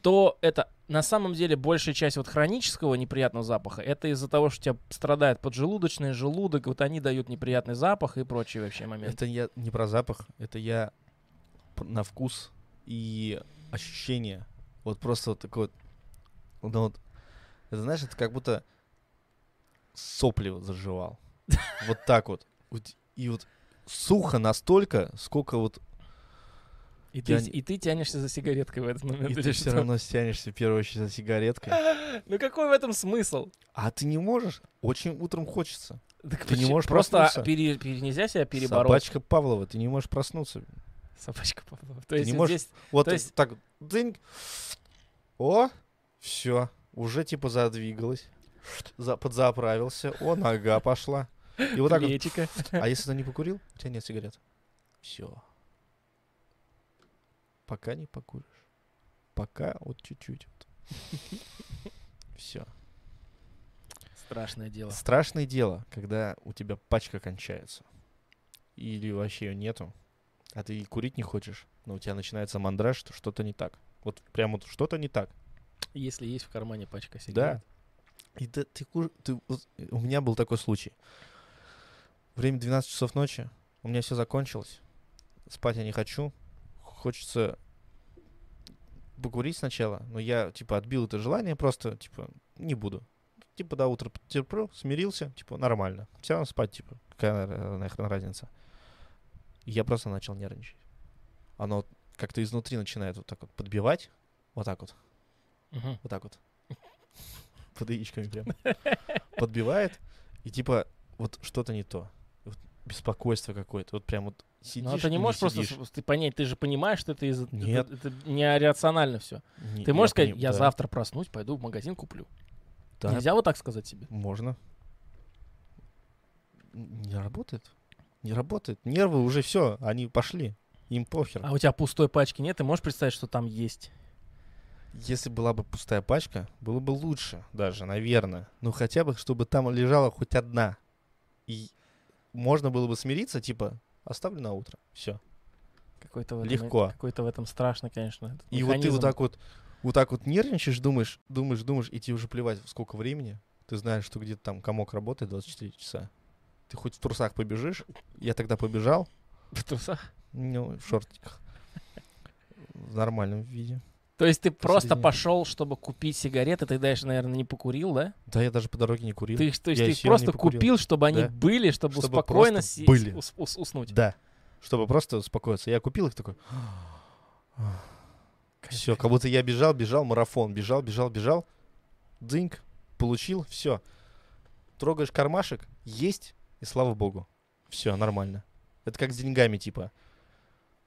S1: то это на самом деле большая часть вот хронического неприятного запаха. Это из-за того, что у тебя страдает поджелудочный желудок, вот они дают неприятный запах и прочие вообще моменты.
S2: Это я не про запах, это я пр- на вкус и ощущение. Вот просто вот такое. вот, ну вот, это знаешь, это как будто сопли вот
S1: *laughs*
S2: заживал. Вот так вот. Вот И вот сухо настолько, сколько
S1: *laughs*
S2: вот
S1: И,
S2: я
S1: ты,
S2: не-
S1: и ты тянешься за сигареткой в этот момент.
S2: и
S1: или
S2: ты все
S1: что?
S2: равно стянешься в первую очередь
S1: *laughs*
S2: за сигареткой.
S1: Ну какой в этом смысл?
S2: А ты не можешь. Очень утром хочется.
S1: Так
S2: Ты не
S1: почему-
S2: можешь
S1: просто
S2: проснуться.
S1: пере- пере- нельзя себя перебороть.
S2: Собачка Павлова, ты не можешь проснуться.
S1: Собачка. Павлова. То
S2: Ты
S1: есть
S2: не
S1: вот
S2: можешь-
S1: здесь
S2: Вот
S1: То есть-
S2: так, дынь. О, все, уже типа задвигалось, за, подзаправился, о, нога пошла. И вот так вот.
S1: плечико.
S2: А если ты не покурил, у тебя нет сигарет. Все. Пока не покуришь. Пока вот чуть-чуть.
S1: *laughs*
S2: Все.
S1: Страшное дело.
S2: Страшное дело, когда у тебя пачка кончается. Или вообще ее нету. А ты и курить не хочешь. Но у тебя начинается мандраж, что что-то не так. Вот прям вот что-то не так.
S1: Если есть в кармане пачка сигарет.
S2: И ты, ты, кур- ты вот- у меня был такой случай. Время 12 часов ночи. У меня все закончилось. Спать я не хочу. Хочется покурить сначала. Но я, типа, отбил это желание. Просто, типа, не буду. Типа, до утра потерплю, смирился. Типа, нормально. Все равно спать, типа. Какая на- нахрен разница? И Я просто начал нервничать. Оно вот как-то изнутри начинает вот так вот подбивать. Вот так вот.
S1: Мгм. Ну,
S2: Вот так вот. *laughs* Под яичками прям. Подбивает. И типа вот что-то не то. Вот беспокойство какое-то. Вот прям вот сидишь
S1: Ну, а ты не
S2: и
S1: можешь просто
S2: сидишь.
S1: с- ты понять, ты же понимаешь, что это, из- это-
S2: Нет.
S1: это не рационально все.
S2: Не-
S1: Ты можешь сказать,
S2: пони-
S1: я
S2: да,
S1: завтра проснусь, пойду в магазин куплю.
S2: да,
S1: Нельзя вот так сказать себе.
S2: Можно. не работает. Не работает. Нервы уже все, они пошли. Им похер.
S1: А у тебя пустой пачки нет? Ты можешь представить, что там есть?
S2: Если была бы пустая пачка, было бы лучше даже, наверное. Ну хотя бы, чтобы там лежала хоть одна. И можно было бы смириться, типа, оставлю на утро. Все.
S1: Какой-то в этом,
S2: Легко.
S1: Какой-то в этом страшно, конечно. этот
S2: И вот ты
S1: механизм.
S2: вот так вот, вот так вот нервничаешь, думаешь, думаешь, думаешь, и тебе уже плевать, сколько времени. Ты знаешь, что где-то там комок работает 24 часа. Ты хоть в трусах побежишь. Я тогда побежал,
S1: в трусах.
S2: ну, в шортиках. В нормальном виде.
S1: То есть ты просто
S2: Посередине.
S1: пошел, чтобы купить сигареты, ты дальше, наверное, не покурил, да?
S2: Да, я даже по дороге не курил.
S1: Ты, их- то есть
S2: Я
S1: ты
S2: и
S1: их
S2: сел,
S1: просто
S2: не покурил.
S1: купил, чтобы они
S2: Да.
S1: были, чтобы,
S2: Чтобы
S1: спокойно
S2: просто
S1: си-
S2: были.
S1: ус- ус- уснуть.
S2: Да. Чтобы просто успокоиться. Я купил их такой. Все, как будто я бежал, бежал, марафон. Бежал, бежал, бежал. Дзиньк. Получил. Все. Трогаешь кармашек. Есть. И слава богу. Все, нормально. Это как с деньгами, типа.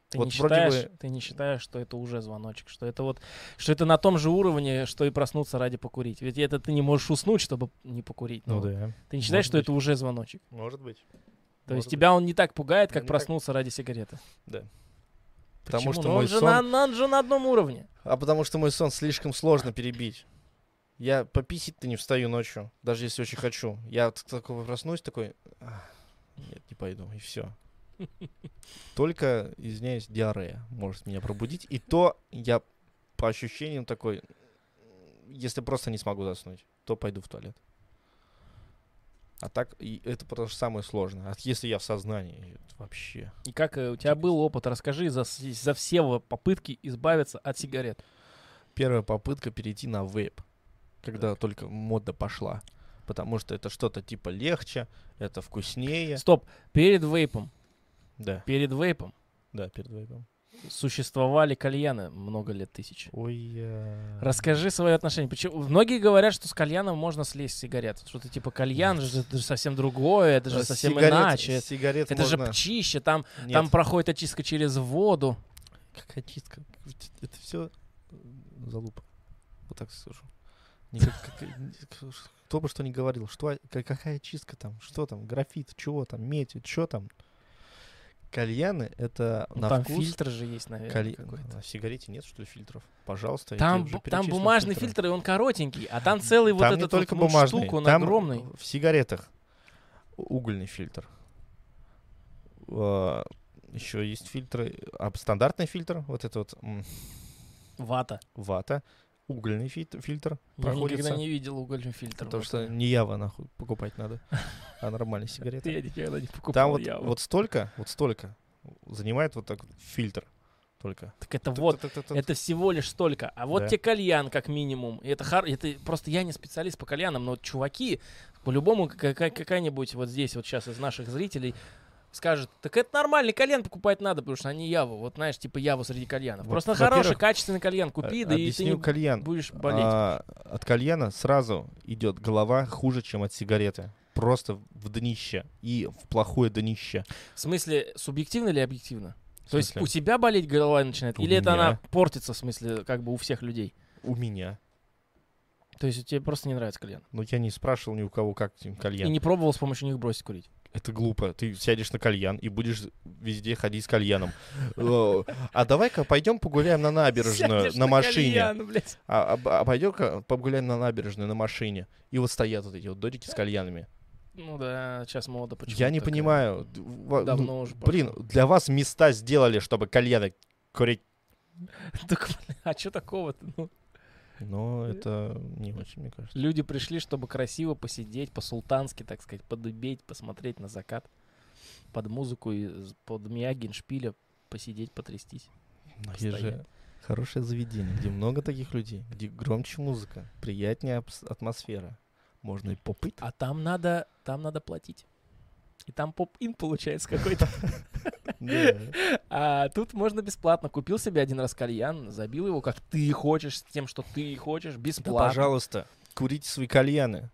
S1: Ты,
S2: Вот
S1: не
S2: вроде бы-
S1: считаешь, ты не считаешь, что это уже звоночек, что это вот, что это на том же уровне, что и проснуться ради покурить. Ведь это ты не можешь уснуть, чтобы не покурить. Ну,
S2: да.
S1: Ты не считаешь,
S2: Может
S1: что
S2: быть.
S1: это уже звоночек?
S2: Может быть.
S1: То
S2: Может
S1: есть тебя он не так пугает, как
S2: Не так.
S1: проснуться ради сигареты.
S2: Да. Потому
S1: Почему?
S2: что
S1: Ну,
S2: мой
S1: он, же
S2: сон-
S1: на, на- он же на одном уровне.
S2: А потому что мой сон слишком сложно перебить. Я пописить-то не встаю ночью, даже если очень хочу. Я от такого проснусь, такой, «Ах, нет, не пойду, и все. Только, извиняюсь, диарея может меня пробудить. И то я по ощущениям такой, если просто не смогу заснуть, то пойду в туалет. А так, и это потому что самое сложное. А если я в сознании, это вообще...
S1: И как э, у тебя был опыт? Расскажи за, с- за все во- попытки избавиться от сигарет.
S2: первая попытка перейти на вейп, когда только мода пошла. Потому что это что-то типа легче, это вкуснее.
S1: Стоп. Перед вейпом,
S2: Да,
S1: перед вейпом
S2: да, перед вейпом.
S1: существовали кальяны много лет тысяч.
S2: Ой,
S1: Расскажи свое отношение. Почему? Многие говорят, что с кальяном можно слезть с сигарет. Что-то типа кальян же, это же совсем другое,
S2: Э,
S1: это же совсем иначе.
S2: Сигарет
S1: Это же
S2: можно-
S1: чище, там,
S2: Нет.
S1: там проходит очистка через воду.
S2: Какая чистка? Это все залупа. Вот так скажу. Никак- как- ни- к- ш- Кто бы что ни говорил, что, о- ка- какая чистка там, что там, графит, чего там, медь, что там. Кальяны это
S1: Ну,
S2: на
S1: там
S2: вкус
S1: фильтр же есть, наверное,
S2: Кали-
S1: какой-то.
S2: А в сигарете нет, что ли, фильтров? Пожалуйста, я
S1: Там,
S2: тебе уже
S1: бу- там
S2: перечислил
S1: бумажный
S2: фильтры.
S1: фильтр, и он коротенький, а там целый вот
S2: Там
S1: этот
S2: не только
S1: вот, ну,
S2: бумажный,
S1: штук, он
S2: там
S1: огромный.
S2: В сигаретах угольный фильтр. Еще есть фильтры. А стандартный фильтр, вот это вот м,
S1: Вата.
S2: вата, угольный фит- фильтр.
S1: Я никогда
S2: проходится.
S1: не видел угольный фильтр.
S2: Потому
S1: вот.
S2: что не Ява, нахуй, покупать надо, а нормальные сигареты.
S1: я никогда не покупал.
S2: Там
S1: *laughs*
S2: вот,
S1: я
S2: вот столько, вот столько занимает вот так вот фильтр только.
S1: Так это вот,
S2: Т-т-т-т-т.
S1: это всего лишь столько. А вот
S2: Да.
S1: тебе кальян, как минимум. И это, хар... это просто я не специалист по кальянам, но вот чуваки, по-любому, какая- какая-нибудь вот здесь, вот сейчас из наших зрителей скажет, так это нормальный кальян покупать надо, потому что они яву. Вот знаешь, типа яву среди кальянов.
S2: Вот,
S1: Просто
S2: во-первых,
S1: хороший, качественный кальян купи,
S2: А-
S1: да и ты
S2: объясню
S1: не
S2: кальян.
S1: будешь болеть.
S2: А, от кальяна сразу идет голова хуже, чем от сигареты. Просто в днище. И в плохое днище.
S1: В смысле, субъективно или объективно? То есть
S2: смысле?
S1: у тебя болеть голова начинает?
S2: У
S1: или это
S2: меня.
S1: она портится, в смысле, как бы у всех людей?
S2: У меня.
S1: То есть тебе просто не нравится кальян?
S2: Но я не спрашивал ни у кого, как им
S1: И
S2: кальян.
S1: не пробовал с помощью них бросить курить?
S2: Это глупо. Ты сядешь на кальян и будешь везде ходить с кальяном. Э, А давай-ка пойдем погуляем на набережную
S1: Сядешь
S2: на машине.
S1: кальян, блядь.
S2: А, а- а пойдем-ка погуляем на набережную на машине. И вот стоят вот эти вот додики с кальянами.
S1: Ну да, сейчас мода почему
S2: Я не
S1: такая.
S2: понимаю. д- во- ну,
S1: Давно уже
S2: Блин, для вас места сделали, чтобы кальяны курить
S1: Так, блин, *laughs* а что такого-то? Ну,
S2: Но
S1: Э,
S2: это не очень, мне кажется.
S1: люди пришли, чтобы красиво посидеть, по-султански, так сказать, подыбеть, посмотреть на закат, под музыку, и з- под миягин шпиля посидеть, потрястись.
S2: Но
S1: есть
S2: есть же
S1: же
S2: хорошее заведение, где много таких людей, где громче музыка, приятнее абс- атмосфера. Можно
S1: *laughs*
S2: и попыть.
S1: А там надо, там надо платить. И там поп-ин получается какой-то.
S2: *laughs* Да.
S1: А тут можно бесплатно. Купил себе один раз кальян, забил его, как ты хочешь, с тем, что ты хочешь,
S2: Да,
S1: бесплатно.
S2: пожалуйста, курите свои кальяны.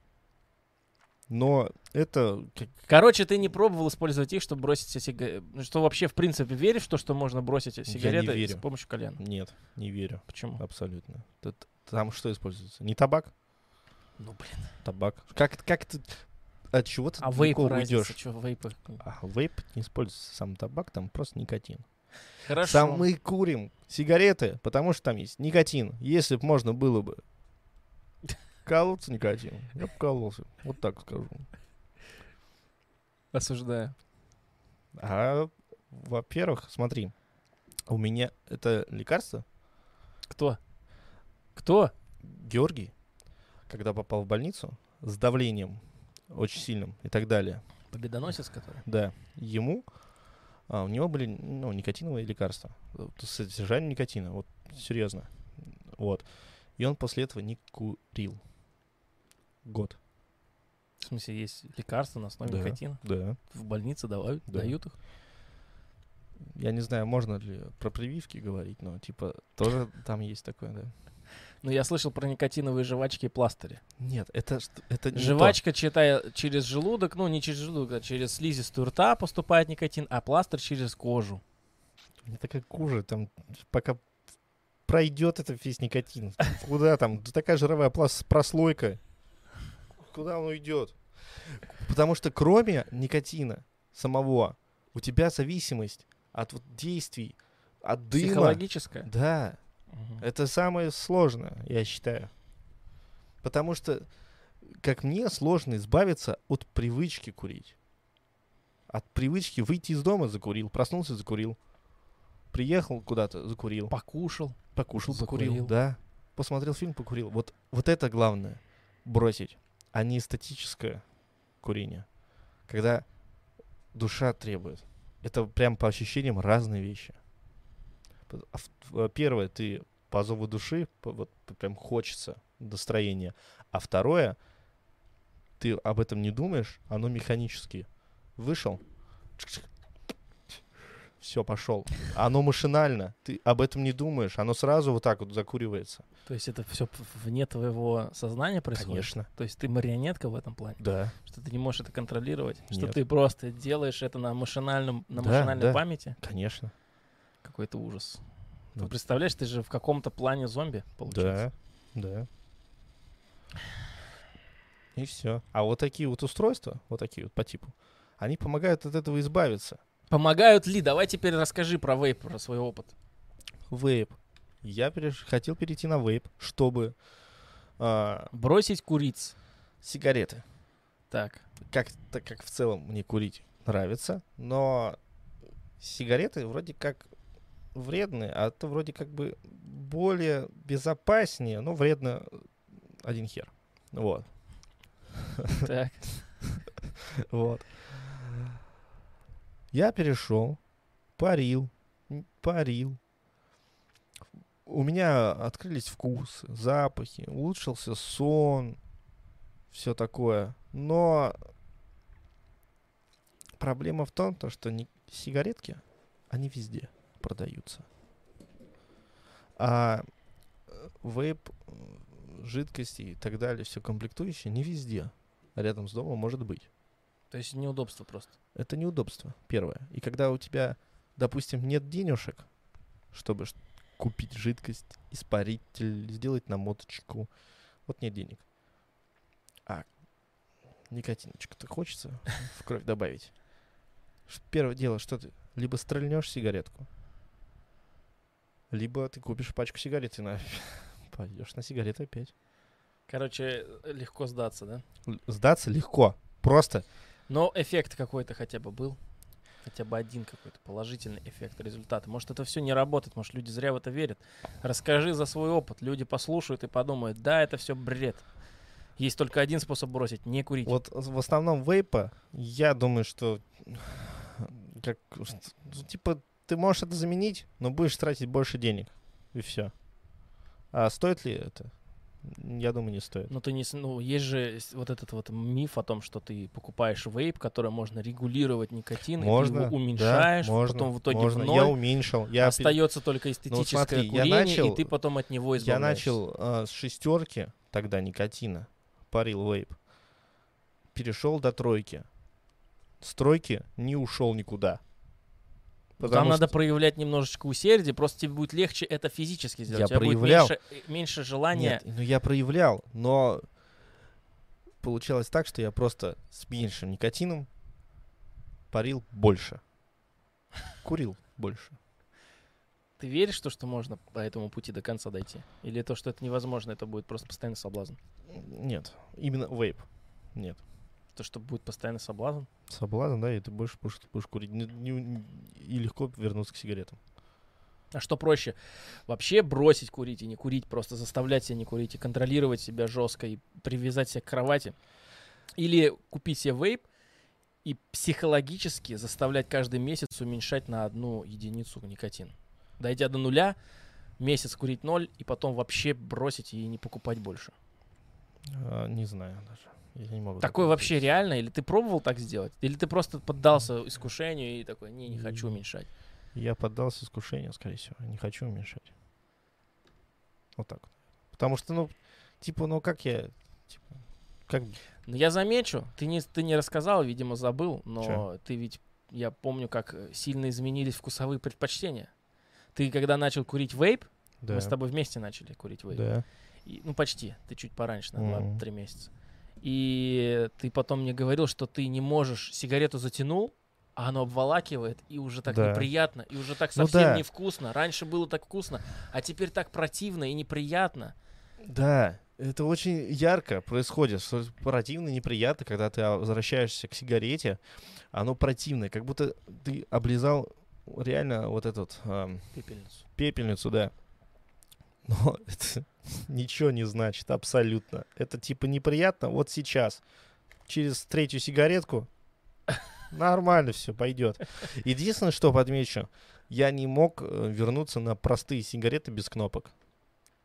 S2: Но это как-
S1: Короче, ты не пробовал использовать их, чтобы бросить все сигареты. Что вообще, в принципе, веришь в то, что можно бросить
S2: не
S1: сигареты с
S2: верю.
S1: помощью кальяна?
S2: нет, не верю
S1: Почему?
S2: абсолютно. Тут- Там что используется? Не табак?
S1: Ну, блин.
S2: Табак. Как, это- как это от чего ты
S1: А
S2: далеко
S1: вейпы
S2: уйдешь.
S1: разница, что вейпы?
S2: А вейп не используется сам табак, там просто никотин.
S1: Хорошо.
S2: Сам мы курим сигареты, потому что там есть никотин. Если бы можно было бы колоться никотин, я бы кололся. Вот так скажу.
S1: Осуждаю.
S2: А, во-первых, смотри, у меня это лекарство.
S1: Кто? Кто?
S2: Георгий, когда попал в больницу с давлением очень сильным и так далее,
S1: Победоносец, который?
S2: да, ему, а, у него были ну, никотиновые лекарства, э, то есть содержание никотина, вот серьезно, вот. И он после этого не курил. Год.
S1: В смысле, есть лекарства на основе
S2: Да.
S1: никотина.
S2: Да.
S1: В больнице давают,
S2: Да.
S1: дают их.
S2: Я не знаю, можно ли про прививки говорить, но типа тоже там есть такое, да.
S1: Но Ну, я слышал про никотиновые жвачки и пластыри.
S2: Нет, это что- это не то.
S1: Жвачка, читая через желудок, ну не через желудок, а через слизистую рта поступает никотин, а пластырь через кожу.
S2: Мне такая кожа, там пока пройдет это весь никотин. Куда там? Да такая жировая пласт- прослойка. Куда он уйдет? Потому что кроме никотина самого, у тебя зависимость от вот действий, от дыма.
S1: Психологическая. Э,
S2: Да,
S1: Мгм.
S2: это самое сложное, я считаю. Потому что, как мне, сложно избавиться от привычки курить. От привычки выйти из дома закурил, проснулся закурил. Приехал куда-то, закурил.
S1: Покушал.
S2: Покушал, покурил.
S1: закурил.
S2: Да. Посмотрел фильм, покурил. Вот, вот это главное. Бросить. А не эстетическое курение. Когда душа требует. Это прям по ощущениям разные вещи. П- а в- э, Первое, ты по зову души, п- вот п- прям хочется настроения. А второе, ты об этом не думаешь, оно механически. Вышел, *sniffs* все, пошел. Оно машинально. Ты об этом не думаешь. Оно сразу вот так вот закуривается.
S1: То есть это все вне твоего сознания происходит?
S2: Конечно.
S1: То есть ты марионетка в этом плане?
S2: Да.
S1: Что ты не можешь это контролировать? Что
S2: Нет.
S1: ты просто делаешь это на машинальном, на
S2: Да,
S1: машинальной
S2: да.
S1: памяти?
S2: Конечно.
S1: Какой-то ужас.
S2: Ну,
S1: Ты представляешь, ты же в каком-то плане зомби, получается.
S2: Да. Да. И все. А вот такие вот устройства, вот такие вот по типу, они помогают от этого избавиться.
S1: Помогают ли? Давай теперь расскажи про вейп, про свой опыт.
S2: Вейп. Я переш- хотел перейти на вейп, чтобы а,
S1: Бросить куриц.
S2: сигареты. *laughs*
S1: Так.
S2: как, так как в целом мне курить нравится, но сигареты вроде как вредные, а это вроде как бы более безопаснее, но вредно один хер. Вот.
S1: Так.
S2: *laughs* Вот. Я перешел, парил, м, парил. У меня открылись вкусы, запахи, улучшился сон, все такое. Но проблема в том, то, что ни- сигаретки, они везде продаются. А э, вейп, э, жидкости и так далее, все комплектующее не везде. Рядом с домом может быть.
S1: То есть неудобство просто.
S2: Это неудобство, первое. И когда у тебя, допустим, нет денежек, чтобы ш- купить жидкость, испаритель, сделать намоточку, вот нет денег. А никотиночка-то хочется в кровь добавить. Ш- Первое дело, что ты либо стрельнешь сигаретку, либо ты купишь пачку сигарет и на... *laughs* пойдешь на сигареты опять.
S1: Короче, легко сдаться, да?
S2: Л- Сдаться легко, просто.
S1: Но эффект какой-то хотя бы был. Хотя бы один какой-то положительный эффект результата. Может, это все не работает, может, люди зря в это верят. Расскажи за свой опыт. Люди послушают и подумают, да, это все бред. Есть только один способ бросить, не курить.
S2: Вот с- в основном вейпа, я думаю, что *sighs* как с- ну, типа ты можешь это заменить, но будешь тратить больше денег и все. А стоит ли это? Я думаю, не стоит.
S1: Ну, ты не, с- ну, есть же с- вот этот вот миф о том, что ты покупаешь вейп, который можно регулировать никотин, и ты
S2: Можно,
S1: его
S2: да,
S1: уменьшаешь,
S2: можно,
S1: потом в итоге
S2: можно.
S1: в
S2: Я
S1: ноль
S2: уменьшил. Я, пи- Ну,
S1: остается только эстетическое
S2: смотри, я
S1: курение, и
S2: начал-
S1: ты потом от него
S2: я
S1: избавляешься.
S2: начал э, с шестерки тогда никотина, парил вейп, перешел до тройки. С тройки не ушел никуда.
S1: Ну, Там
S2: Потому
S1: надо
S2: что-
S1: проявлять немножечко усердие, просто тебе будет легче это физически сделать.
S2: Я
S1: У тебя будет
S2: проявлял.
S1: меньше, э, меньше желания.
S2: Нет, ну я проявлял, но получалось так, что я просто с меньшим никотином парил больше. Курил больше.
S1: Ты веришь в то, что можно по этому пути до конца дойти? Или то, что это невозможно, это будет просто постоянный соблазн?
S2: Нет, именно вейп. Нет.
S1: То, что будет постоянный соблазн?
S2: Соблазн, да, и ты больше будешь, будешь курить. Не- не- и легко вернуться к сигаретам.
S1: А что проще? Вообще бросить курить и не курить, просто заставлять себя не курить и контролировать себя жестко и привязать себя к кровати. Или купить себе вейп и психологически заставлять каждый месяц уменьшать на одну единицу никотин. Дойдя до нуля, месяц курить ноль и потом вообще бросить и не покупать больше.
S2: А, не знаю даже. Я не могу.
S1: Такое
S2: такого
S1: вообще
S2: ответить.
S1: реально? Или ты пробовал так сделать? Или ты просто поддался искушению и такой, не, не хочу уменьшать?
S2: Я поддался искушению, скорее всего. Не хочу уменьшать. Вот так вот. Потому что, ну, типа, ну как я... Типа, как...
S1: Но Ну, я замечу, ты не, ты не рассказал, видимо, забыл, но
S2: Чё?
S1: ты ведь, я помню, как э, сильно изменились вкусовые предпочтения. Ты когда начал курить вейп,
S2: Да.
S1: мы с тобой вместе начали курить вейп.
S2: Да.
S1: И- ну, почти, ты чуть пораньше, на
S2: Мгм.
S1: 2-3 месяца. И ты потом мне говорил, что ты не можешь, сигарету затянул, а оно обволакивает, и уже так
S2: Да.
S1: неприятно, и уже так
S2: Ну
S1: совсем
S2: да.
S1: невкусно. Раньше было так вкусно, а теперь так противно и неприятно.
S2: Да, это очень ярко происходит, что противно, неприятно, когда ты а, возвращаешься к сигарете, оно противное, как будто ты облизал реально вот этот ам,
S1: Пепельницу.
S2: пепельницу, да. Но *laughs* это ничего не значит абсолютно. Это типа неприятно вот сейчас. Через третью сигаретку *laughs* нормально все пойдет. Единственное, что подмечу, я не мог э, вернуться на простые сигареты без кнопок.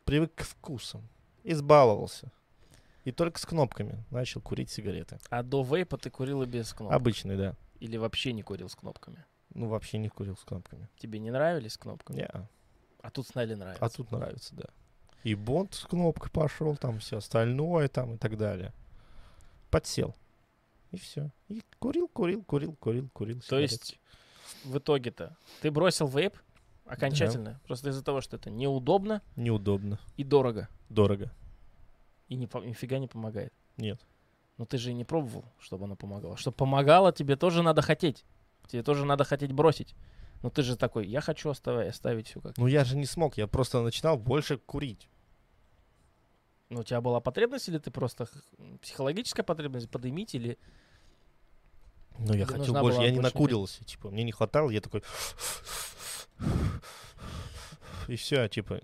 S2: Привык к вкусам. Избаловался. И только с кнопками начал курить сигареты.
S1: А до вейпа ты курил и без кнопок.
S2: Обычные, да.
S1: Или вообще не курил с кнопками?
S2: Ну, вообще не курил с кнопками.
S1: Тебе не нравились кнопки?
S2: Неа.
S1: А тут стали нравится.
S2: А тут нравится, да. И Бонд с кнопкой пошел, там все остальное, там и так далее. Подсел. И все. И курил, курил, курил, курил, курил.
S1: То
S2: сигареты.
S1: есть в итоге-то ты бросил вейп окончательно, просто из-за того, что это неудобно
S2: Неудобно.
S1: и дорого,
S2: Дорого.
S1: и ни, по- нифига не помогает.
S2: Нет.
S1: Но ты же и не пробовал, чтобы оно помогало. Чтобы помогало, тебе тоже надо хотеть. Тебе тоже надо хотеть бросить. Но ты же такой, я хочу оставить, оставить все как.
S2: Ну я же не смог, я просто начинал больше курить.
S1: Ну, у тебя была потребность или ты просто х- психологическая потребность подымить или...
S2: Но
S1: Тебе
S2: я хотел
S1: нужна
S2: больше,
S1: была
S2: я не
S1: больше
S2: накурился. Типа, мне не хватало, я такой... И все, типа,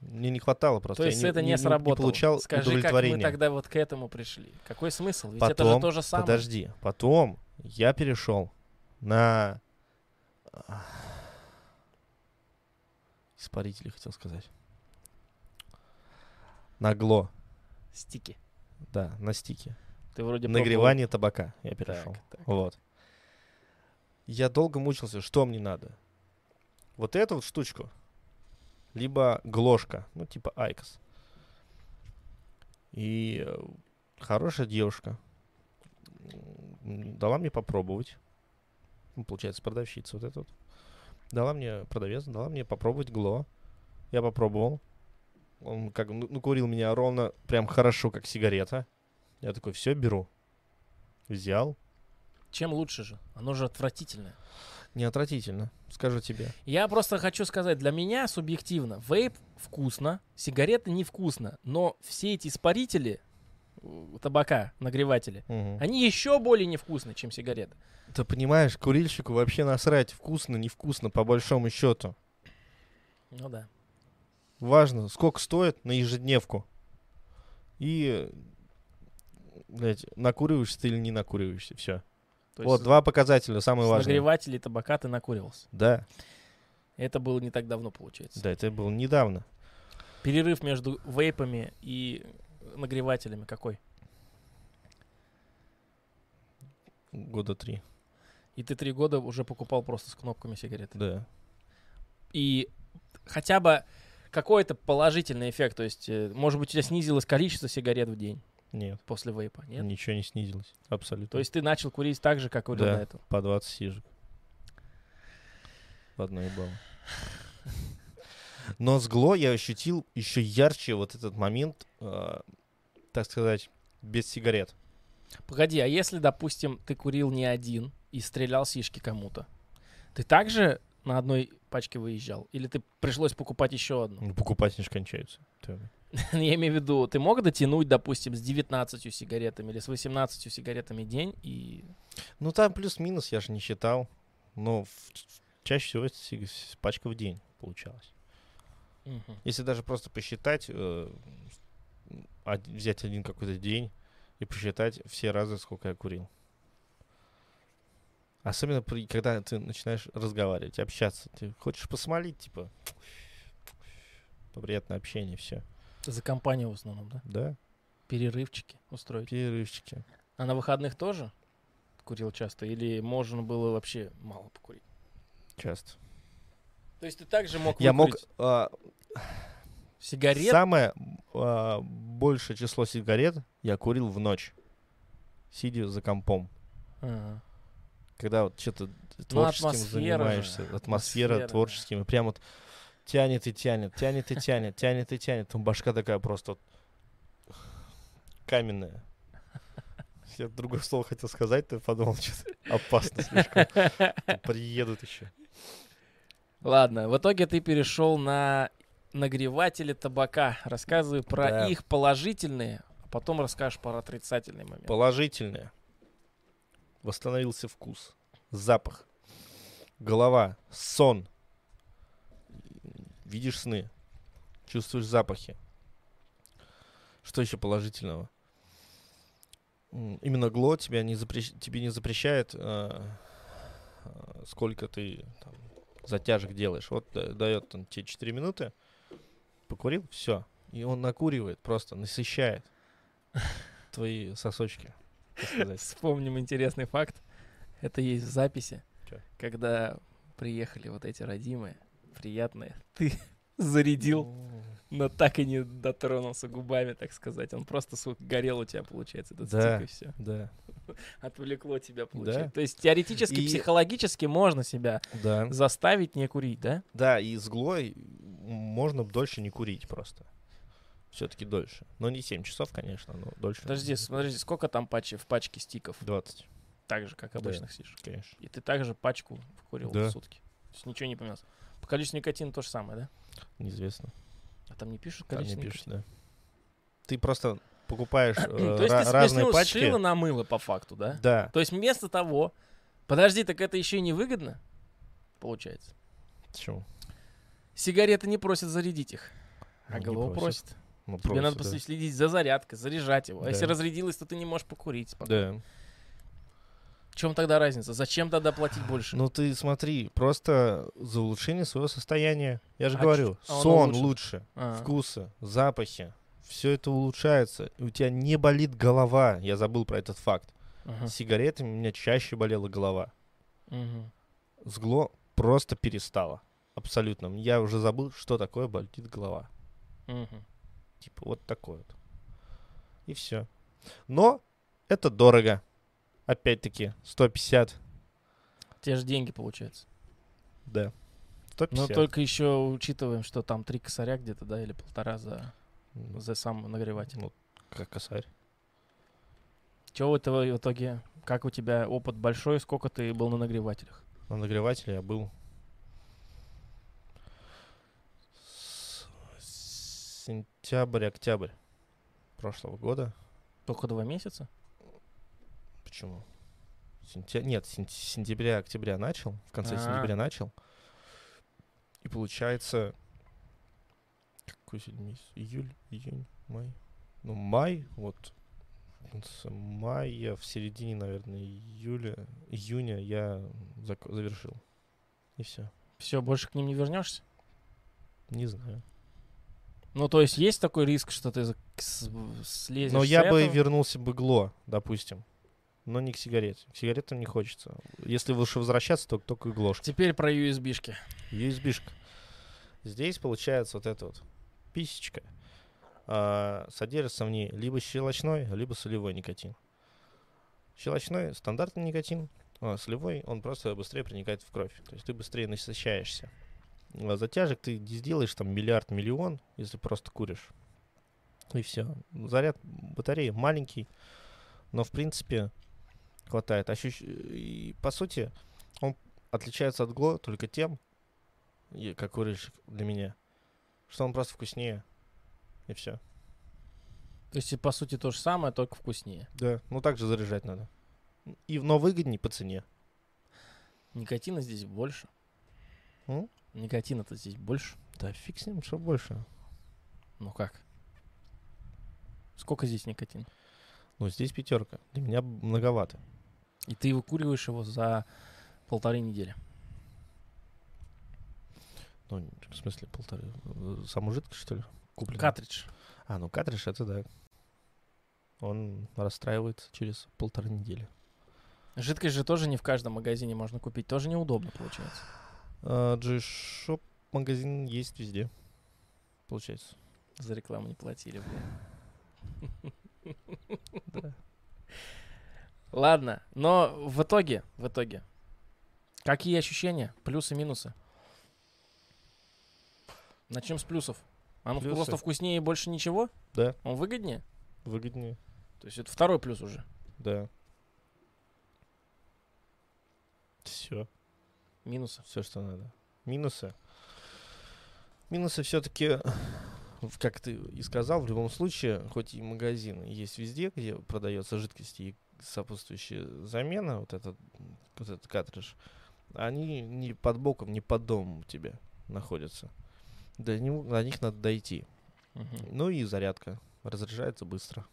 S2: мне не хватало просто.
S1: То
S2: я
S1: есть это не,
S2: Не
S1: сработало.
S2: получал
S1: Скажи, как мы
S2: удовлетворения.
S1: тогда вот к этому пришли? Какой смысл? Ведь это же
S2: Потом-
S1: то же самое.
S2: Подожди, потом я перешел на а, испарители, хотел сказать. Нагло,
S1: Стики.
S2: да, на стике.
S1: Ты вроде пробовал.
S2: Нагревание табака я
S1: Так,
S2: перешел.
S1: так.
S2: Вот. Я долго мучился, что мне надо. Вот эту вот штучку, либо гложка, ну типа Айкос. И э, хорошая девушка м, дала мне попробовать. Ну, получается, продавщица вот эта вот. Дала мне, продавец, дала мне попробовать гло. Я попробовал. Он как ну, ну, курил меня ровно, прям хорошо, как сигарета. Я такой, все, беру. Взял,
S1: Чем лучше же? Оно же отвратительное.
S2: Не отвратительно, скажу тебе.
S1: Я просто хочу сказать, для меня субъективно вейп вкусно, сигареты невкусно, но все эти испарители э, табака, нагреватели, они еще более невкусны, чем сигареты.
S2: А Ты понимаешь, курильщику вообще насрать, вкусно, невкусно, по большому счету.
S1: Ну да.
S2: Важно, сколько стоит на ежедневку. И, э, блядь, накуриваешься ты или не накуриваешься, все.
S1: То
S2: Вот
S1: есть
S2: два показателя,
S1: с
S2: самые важные.
S1: нагревателей табака ты накуривался.
S2: Да,
S1: Это было не так давно, получается.
S2: да, это было недавно.
S1: Перерыв между вейпами и нагревателями какой?
S2: Года три.
S1: И ты три года уже покупал просто с кнопками сигареты.
S2: Да.
S1: и хотя бы какой-то положительный эффект. То есть, э, может быть, у тебя снизилось количество сигарет в день
S2: Нет,
S1: после вейпа, нет?
S2: ничего не снизилось. Абсолютно.
S1: То есть ты начал курить так же, как курил
S2: Да.
S1: до этого.
S2: по 20 сижек. Ладно, ебало. Но с Гло я ощутил еще ярче вот этот момент, э, так сказать, а, без сигарет.
S1: Погоди, а если, допустим, ты курил не один и стрелял сишки кому-то, ты также на одной пачке выезжал? Или ты пришлось покупать еще одну?
S2: Ну, Покупатели же кончаются. Ты-
S1: *laughs* Я имею в виду, ты мог дотянуть, допустим, с 19 сигаретами или с 18 сигаретами день и...
S2: Ну там плюс-минус, я же не считал. Но в- в- чаще всего это сиг- с- пачка в день получалась.
S1: Мгм.
S2: Если даже просто посчитать, э, од- взять один какой-то день и посчитать все разы, сколько я курил. Особенно, при- когда ты начинаешь разговаривать, общаться. Ты хочешь посмолить, типа, приятное общение, все.
S1: За компанию в основном, да?
S2: Да?
S1: Перерывчики устроить.
S2: Перерывчики.
S1: А на выходных тоже курил часто? Или можно было вообще мало покурить?
S2: Часто.
S1: То есть ты также мог
S2: Я мог...
S1: выкурить
S2: а,
S1: сигарет?
S2: Самое а, большее число сигарет я курил в ночь, сидя за компом.
S1: Ага.
S2: Когда вот что-то творческим
S1: Ну, атмосфера же,
S2: занимаешься, атмосфера
S1: атмосфера, да.
S2: творческим, и прям вот тянет и тянет, тянет и тянет, тянет и тянет. Там башка такая просто вот каменная. Я другое слово хотел сказать, ты подумал, что опасно слишком. Приедут еще.
S1: Ладно, в итоге ты перешел на нагреватели табака. Рассказывай про
S2: Да.
S1: их положительные, а потом расскажешь про отрицательный момент.
S2: Положительное. Восстановился вкус, запах, голова, сон. Видишь сны, чувствуешь запахи. Что еще положительного? М, Именно гло тебя не запрещ- тебе не запрещает, э, э, сколько ты там затяжек делаешь. Вот да- дает он тебе 4 минуты, покурил, все. И он накуривает, просто насыщает твои сосочки. так сказать.
S1: Вспомним интересный факт. Это есть в записи,
S2: Чё?
S1: когда приехали вот эти родимые, приятные. Ты *laughs* зарядил, но так и не дотронулся губами, так сказать. Он просто сука, горел у тебя, получается, этот
S2: Да.
S1: стик и все.
S2: Да.
S1: Отвлекло тебя, получается. То есть теоретически,
S2: И-
S1: психологически можно себя
S2: Да.
S1: заставить не курить, да?
S2: Да, и с глой можно б дольше не курить просто. Все-таки дольше. Но не 7 часов, конечно, но дольше.
S1: Подожди, смотри, сколько там паче, в пачке стиков?
S2: 20,
S1: Так же, как
S2: Да.
S1: обычных сидишь.
S2: конечно.
S1: И ты также пачку курил
S2: Да.
S1: в сутки. То есть ничего не поменялось. По количеству никотина то же самое, да?
S2: Неизвестно.
S1: А там не пишут
S2: Там не
S1: количество
S2: пишет, да. Ты просто
S1: *clears throat*
S2: покупаешь э,
S1: никотина? То есть
S2: ра-
S1: ты
S2: разные
S1: сплеснул с шила
S2: пачки.
S1: на мыло по факту, да?
S2: Да.
S1: То есть вместо того... Подожди, так это еще и невыгодно? Получается.
S2: Почему?
S1: Сигареты не просят зарядить их.
S2: Ну,
S1: А
S2: не
S1: голову
S2: просят.
S1: просит.
S2: Ну,
S1: Тебе надо
S2: просто,
S1: просто следить за зарядкой, заряжать его. А если
S2: Да.
S1: разрядилось, то ты не можешь покурить.
S2: да.
S1: спокойно.
S2: Да.
S1: В чем тогда разница? Зачем тогда платить больше?
S2: Ну ты смотри, просто за улучшение своего состояния. Я же
S1: А
S2: говорю,
S1: чё- а оно
S2: сон
S1: лучше?
S2: лучше.
S1: А.
S2: вкусы, запахи, все это улучшается. И у тебя не болит голова. Я забыл про этот факт.
S1: Ага.
S2: С сигаретами у меня чаще болела голова.
S1: Мгм.
S2: Сгло просто перестало. Абсолютно. Я уже забыл, что такое болит голова.
S1: Мгм.
S2: Типа вот такое вот. И все. Но это дорого. Опять-таки, 150.
S1: Те же деньги получается.
S2: Да.
S1: Но
S2: 150.
S1: Ну, только еще учитываем, что там три косаря где-то, да, или полтора за,
S2: Ну,
S1: за сам нагреватель.
S2: ну, как косарь.
S1: Чего это в итоге? Как у тебя опыт большой? Сколько ты был на нагревателях?
S2: На нагревателе я был с сентябрь-октябрь прошлого года.
S1: Только два месяца?
S2: Почему? Сентя... Нет, сен- с сентября-октября начал, в конце
S1: А.
S2: сентября начал. И получается, какой сегодня месяц? Июль, июнь, май. Ну, май, вот с мая, в середине, наверное, июля, июня я зак- завершил. И все.
S1: Все, больше к ним не вернешься?
S2: Не знаю.
S1: Ну, то есть есть такой риск, что ты за- к- с- слезешь
S2: Но
S1: с
S2: я бы
S1: этого?
S2: вернулся бы к гло, допустим. Но не к сигарете. К сигаретам не хочется. Если лучше возвращаться, то только к глошке.
S1: Теперь про USB-шки.
S2: USB-шка. Здесь получается вот это вот писечка. А, содержится в ней либо щелочной, либо солевой никотин. Щелочной стандартный никотин, а солевой он просто быстрее проникает в кровь. То есть ты быстрее насыщаешься. А затяжек ты не сделаешь там миллиард миллион, если просто куришь. И все. Заряд батареи маленький, но в принципе хватает. Ощущ- И, по сути, он отличается от гло только тем, и- как орешек для меня, что он просто вкуснее. И все.
S1: То есть, по сути, то же самое, только вкуснее.
S2: Да. Ну также заряжать надо. И, но выгоднее по цене.
S1: Никотина здесь больше.
S2: М?
S1: Никотина-то здесь больше.
S2: Да фиг с ним, что больше.
S1: Ну как? Сколько здесь никотина?
S2: Ну здесь пятерка. Для меня б- многовато.
S1: И ты выкуриваешь его за полторы недели.
S2: Ну, в смысле, полторы. э, Саму жидкость, что ли? Купленную?
S1: Картридж.
S2: А, ну картридж это да. Он расстраивается через полторы недели.
S1: Жидкость же тоже не в каждом магазине можно купить. Тоже неудобно получается.
S2: А, G-Shop магазин есть везде. Получается.
S1: За рекламу не платили. блин. Ладно, но в итоге, в итоге, какие ощущения, плюсы, минусы? Начнем с плюсов. Оно
S2: Плюсы.
S1: просто вкуснее и больше ничего?
S2: Да.
S1: Он выгоднее?
S2: Выгоднее.
S1: То есть это второй плюс уже.
S2: Да. Все.
S1: Минусы.
S2: Все, что надо. Минусы. Минусы все-таки, *laughs* как ты и сказал, в любом случае, хоть и магазин есть везде, где продается жидкость и сопутствующая замена, вот этот, вот этот картридж, они не под боком, не под домом у тебя находятся. До, него- до них надо дойти.
S1: Мгм.
S2: Ну и зарядка. Разряжается быстро.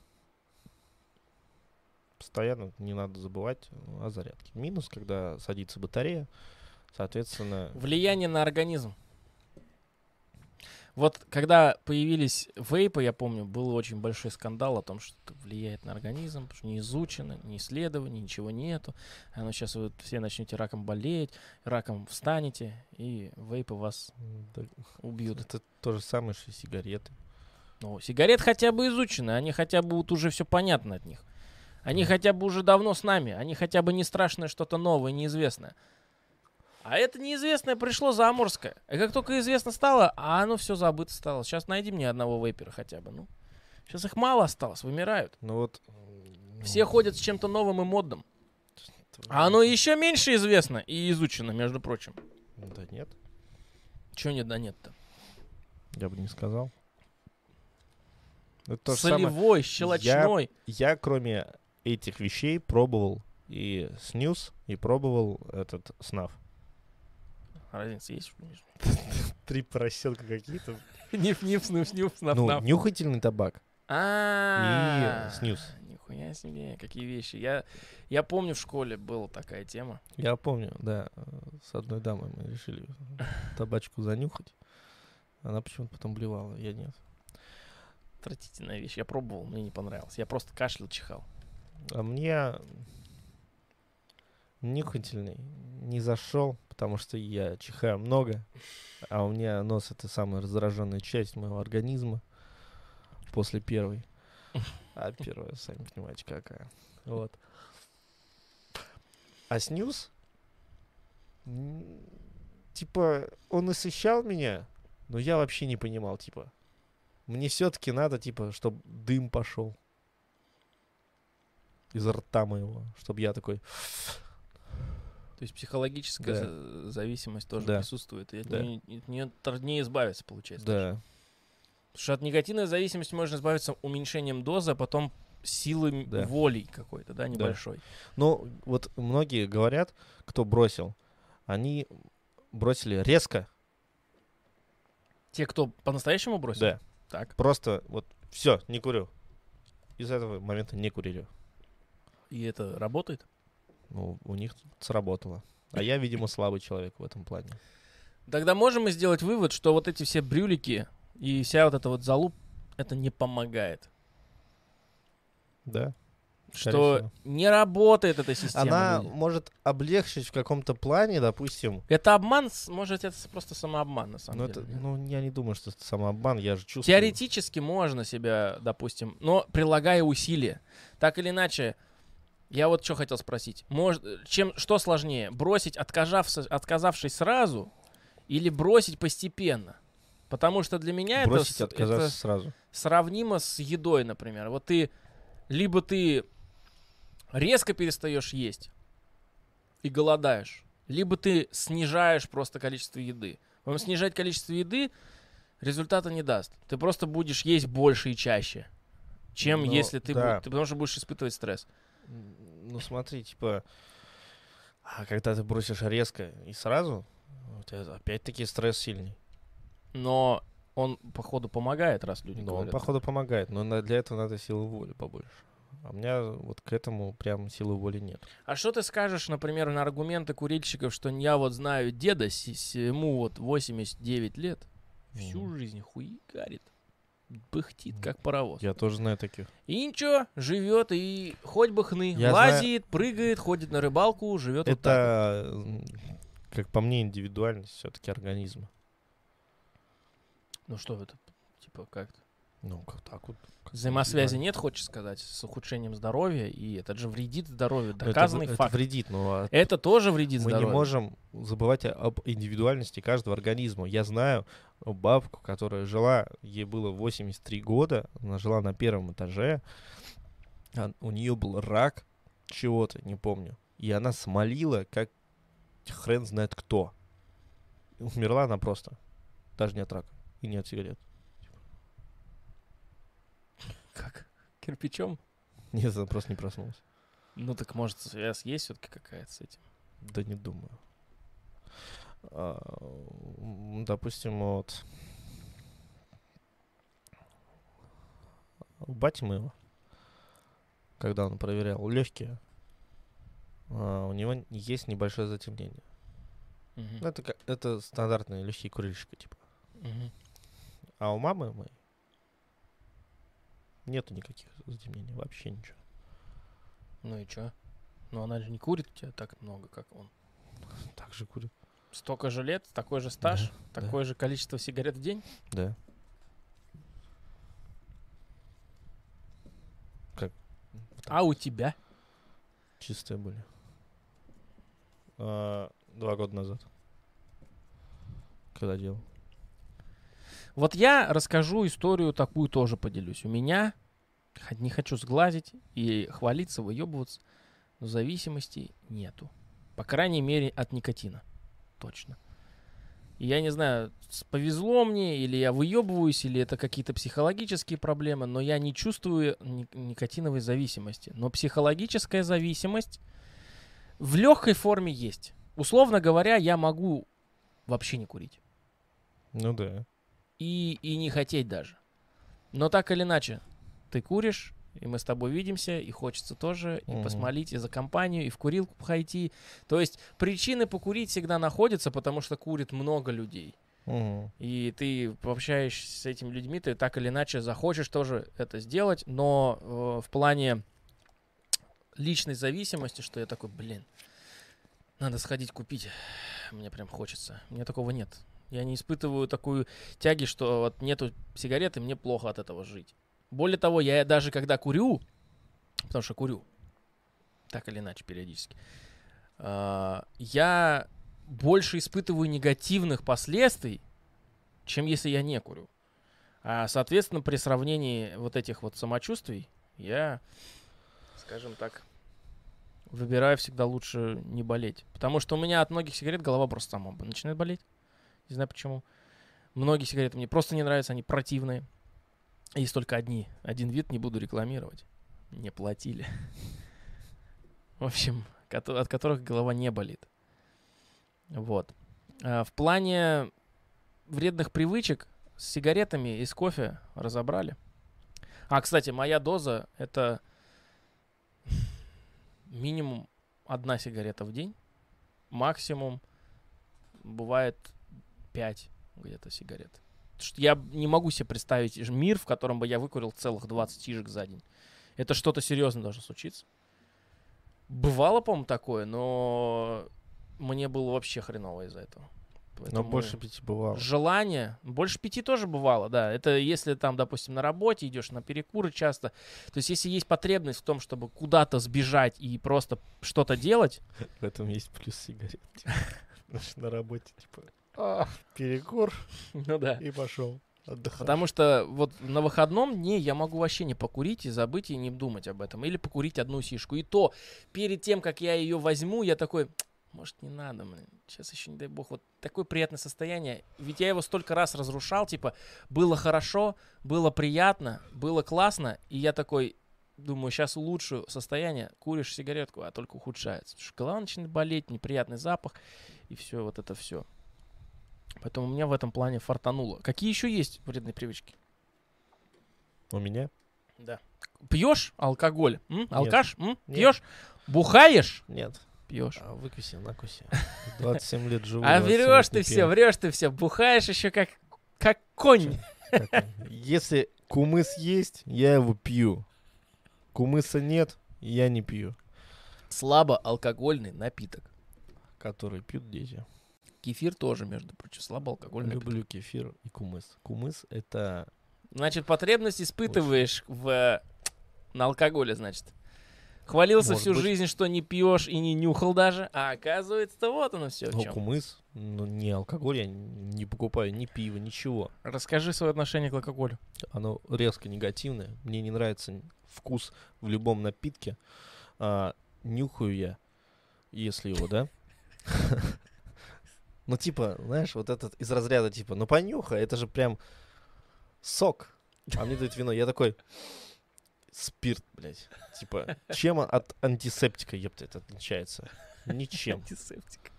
S2: Постоянно не надо забывать о зарядке. Минус, когда садится батарея, соответственно...
S1: Влияние на организм. Вот когда появились вейпы, я помню, был очень большой скандал о том, что это влияет на организм, потому что не изучено, не исследовано, ничего нету. А ну сейчас вы все начнете раком болеть, раком встанете, и вейпы вас
S2: м, да,
S1: убьют.
S2: Это то же самое, что и сигареты.
S1: Ну, сигарет хотя бы изучены, они хотя бы вот уже все понятно от них. Они хотя бы уже давно с нами, они хотя бы не страшное что-то новое, неизвестное. А это неизвестное пришло за Амурское. И как только известно стало, а оно все забыто стало. Сейчас найди мне одного вейпера хотя бы, ну. Сейчас их мало осталось, вымирают.
S2: Ну вот... м,
S1: Все ходят с чем-то новым и модным.
S2: это-
S1: А оно еще меньше известно и изучено, между прочим.
S2: Да нет,
S1: Чего нет, да нет-то.
S2: я бы не сказал. Это то же самое.
S1: Солевой, щелочной.
S2: Я, кроме этих вещей, пробовал и снюс, и пробовал этот снаф.
S1: Разница есть? конечно.
S2: Три поросенка какие-то.
S1: Ниф-ниф, снуф-снюф,
S2: Ну,
S1: снаф-наф.
S2: нюхательный табак
S1: А,
S2: и снюс.
S1: Нихуя себе, какие вещи. Я, я помню, в школе была такая тема.
S2: Я помню, да, э, с одной дамой мы
S1: *laughs*
S2: решили табачку занюхать. Она почему-то потом блевала, я нет.
S1: Отвратительная вещь. Я пробовал, мне не понравилось. Я просто кашлял, чихал.
S2: А мне нюхательный не зашел, потому что я чихаю много, а у меня нос это самая раздраженная часть моего организма после первой. А первая, сами понимаете, какая. Вот. А снюс, м, типа, он насыщал меня, но я вообще не понимал, типа, мне все-таки надо, типа, чтобы дым пошел изо рта моего, чтобы я такой,
S1: То есть психологическая
S2: Да.
S1: за- зависимость тоже
S2: Да.
S1: присутствует. И от
S2: Да.
S1: нее- от нее труднее избавиться, получается.
S2: да,
S1: Потому что от негативной зависимости можно избавиться уменьшением дозы, а потом силой
S2: Да.
S1: воли какой-то, да, небольшой.
S2: Ну, вот многие говорят, кто бросил, они бросили резко.
S1: Те, кто по-настоящему бросил?
S2: Да.
S1: Так.
S2: Просто вот все, не курю. Из этого момента не курили.
S1: И это работает?
S2: Ну, у них сработало. А я, видимо, слабый человек в этом плане.
S1: Тогда можем мы сделать вывод, что вот эти все брюлики и вся вот эта вот залуп, это не помогает.
S2: Да.
S1: что не работает эта система.
S2: Она
S1: люди.
S2: может облегчить в каком-то плане, допустим.
S1: Это обман, с- может, это с- просто самообман, на самом
S2: Но это,
S1: деле.
S2: ну, я не думаю, что это самообман, я же чувствую.
S1: Теоретически можно себя, допустим, но прилагая усилия. Так или иначе, я вот что хотел спросить. Может, э, чем, что сложнее, бросить, отказавшись, отказавшись сразу, или бросить постепенно? Потому что для меня это
S2: Бросить,
S1: с- это,
S2: отказаться сразу.
S1: сравнимо с едой, например. Вот ты, либо ты резко перестаешь есть и голодаешь, либо ты снижаешь просто количество еды. Вам снижать количество еды результата не даст. Ты просто будешь есть больше и чаще, чем
S2: Но,
S1: если ты,
S2: да.
S1: бу- ты потому что будешь испытывать стресс.
S2: М, Ну смотри, типа, а когда ты бросишь резко и сразу, у тебя опять-таки стресс сильный.
S1: Но он, походу, помогает, раз люди
S2: Но Ну, он,
S1: говорят.
S2: походу, помогает, но на- для этого надо силы воли побольше. А у меня вот к этому прям силы воли нет.
S1: А что ты скажешь, например, на аргументы курильщиков, что я вот знаю деда, с- с- ему вот 89 лет, всю
S2: Мгм.
S1: жизнь хуигарит, быхтит,
S2: Мгм.
S1: как паровоз.
S2: Я тоже знаю таких.
S1: И ничего, живет, и хоть бы хны,
S2: Я
S1: лазит, прыгает, ходит на рыбалку, живет вот так.
S2: Это, м, как по мне, индивидуальность все-таки организма.
S1: вот. Ну что это, типа как-то.
S2: Ну, как так вот. как
S1: Взаимосвязи
S2: индивидуально.
S1: нет, хочешь сказать, с ухудшением здоровья, и это же вредит здоровью,
S2: Но это в-
S1: доказанный
S2: это
S1: факт. Это,
S2: вредит, но а
S1: тоже вредит
S2: Мы не
S1: здоровью.
S2: можем забывать о- об индивидуальности каждого организма. Я знаю бабку, которая жила, ей было 83 года, она жила на первом этаже, а у нее был рак чего-то, не помню. И она смолила, как хрен знает кто. И Умерла она просто. Даже не от рака и не от сигарет. *laughs*
S1: Как? Кирпичом?
S2: Нет, она просто не проснулась.
S1: Ну так может связь есть все-таки какая-то с этим.
S2: Да не думаю. А, м, допустим, вот... У бати моего, когда он проверял легкие, а, у него н- есть небольшое затемнение.
S1: Мгм.
S2: Ну, это, ка- это стандартные легкие курильщики, типа.
S1: Мгм.
S2: А у мамы моей нету никаких затемнений, вообще ничего.
S1: Ну и чё? Ну она же не курит у тебя так много, как он.
S2: Так же курит.
S1: Столько же лет, такой же стаж,
S2: да.
S1: такое же количество сигарет в день.
S2: Да. Как
S1: А у тебя?
S2: Чистые были. А, Два года назад. Когда делал.
S1: Вот я расскажу историю такую тоже поделюсь. У меня, х- не хочу сглазить и хвалиться, выебываться, но зависимости нету. По крайней мере, от никотина. Точно. И я не знаю, с- повезло мне, или я выебываюсь, или это какие-то психологические проблемы, но я не чувствую ни- никотиновой зависимости. Но психологическая зависимость в легкой форме есть. Условно говоря, я могу вообще не курить
S2: Ну да.
S1: и, и не хотеть даже. Но так или иначе, ты куришь, и мы с тобой видимся, и хочется тоже, и
S2: Мгм.
S1: посмолить, и за компанию, и в курилку пойти. То есть причины покурить всегда находятся, потому что курит много людей.
S2: Мгм.
S1: И ты пообщаешься с этими людьми, ты так или иначе захочешь тоже это сделать, но э, в плане личной зависимости, что я такой, блин, надо сходить купить, мне прям хочется. У меня такого нет. Я не испытываю такую тяги, что вот нету сигареты, мне плохо от этого жить. Более того, я даже когда курю, потому что курю, так или иначе периодически, а, я больше испытываю негативных последствий, чем если я не курю. А, соответственно, при сравнении вот этих вот самочувствий, я, скажем так, выбираю всегда лучше не болеть. Потому что у меня от многих сигарет голова просто сама б- начинает болеть. Не знаю почему. Многие сигареты мне просто не нравятся, они противные. Есть только одни. Один вид не буду рекламировать. Не платили. В общем, кото- от которых голова не болит. Вот. А, В плане вредных привычек с сигаретами и с кофе разобрали. А, кстати, моя доза — это минимум одна сигарета в день. Максимум бывает 5 где-то сигарет. Потому что Я б- не могу себе представить ж- мир, в котором бы я выкурил целых 20 тижек за день. Это что-то серьезное должно случиться. Бывало, по-моему, такое, но мне было вообще хреново из-за этого.
S2: Но
S1: Поэтому-
S2: больше пяти бывало.
S1: Желание. Больше пяти тоже бывало, да. Это если там, допустим, на работе идешь, на перекуры часто. То есть если есть потребность в том, чтобы куда-то сбежать и просто что-то делать,
S2: В этом есть плюс сигарет. типа. Потому что на работе, типа, «А, перекур
S1: ну да,
S3: И пошел.
S4: Отдыхать.
S1: Потому что вот на выходном дне я могу вообще не покурить и забыть и не думать об этом. Или покурить одну сишку. И то, перед тем, как я ее возьму, я такой, может, не надо, блин. Сейчас еще, не дай бог, вот такое приятное состояние. Ведь я его столько раз разрушал, типа, было хорошо, было приятно, было классно. И я такой, думаю, сейчас улучшу состояние, куришь сигаретку, а только ухудшается. Потому что голова начинает болеть, неприятный запах и все, вот это все. Поэтому у меня в этом плане фартануло. Какие еще есть вредные привычки?
S2: У меня?
S1: Да. Пьешь алкоголь? М? Алкаш? М?
S2: Нет.
S1: Пьешь? Бухаешь?
S2: Нет.
S1: Пьешь.
S2: А, Выкуси, накуси. 27 лет живу.
S1: А
S2: 27 лет
S1: врешь ты
S2: не
S1: все,
S2: пил.
S1: врешь ты все. Бухаешь еще как, как конь.
S2: Если кумыс есть, я его пью. Кумыса нет, я не пью.
S1: Слабо алкогольный напиток.
S2: Которые пьют дети.
S1: Кефир тоже, между прочим, слабо алкогольный напиток.
S2: Люблю кефир и кумыс. Кумыс — это...
S1: Значит, потребность испытываешь в э, на алкоголе, значит. Хвалился
S2: Может
S1: всю
S2: быть.
S1: жизнь, что не пьешь и не нюхал даже, а оказывается, вот оно все в
S2: Ну,
S1: чем.
S2: кумыс, ну, не алкоголь, я н- не покупаю ни пива, ничего.
S1: Расскажи свое отношение к алкоголю.
S2: Оно резко негативное. Мне не нравится н- вкус в любом напитке. А, нюхаю я, если его, да? *laughs* Ну, типа, знаешь, вот этот из разряда, типа, ну понюхай, это же прям сок. А мне дают вино. Я такой, спирт, блядь. Типа, чем он от антисептика, епта, это отличается? Ничем.
S1: Антисептик.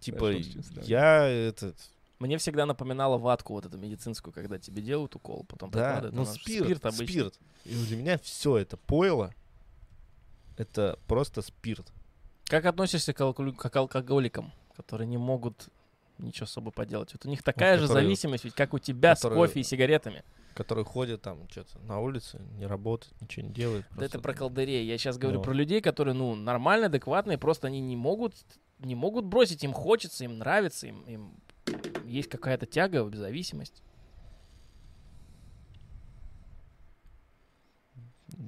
S2: Типа,
S1: Хорошо, с чем сравнивать.
S2: я этот...
S1: Мне всегда напоминало ватку вот эту медицинскую, когда тебе делают укол, потом
S2: Да,
S1: прикладывают,
S2: ну
S1: она же-
S2: спирт, спирт,
S1: обычно.
S2: И для меня все это пойло, это просто спирт.
S1: Как относишься к, алкоголю- к алкоголикам, которые не могут ничего с собой поделать? Вот у них такая же
S2: Ну, которые-
S1: зависимость, ведь как у тебя с
S2: которые-
S1: кофе и сигаретами.
S2: который ходит там что-то на улице, не работает, ничего не делает.
S1: Да это
S2: просто-
S1: про колдырей. Я сейчас говорю
S2: Ну.
S1: про людей, которые, ну, нормальные, адекватные, просто они не могут, не могут бросить. Им хочется, им нравится, им, им есть какая-то тяга, зависимость.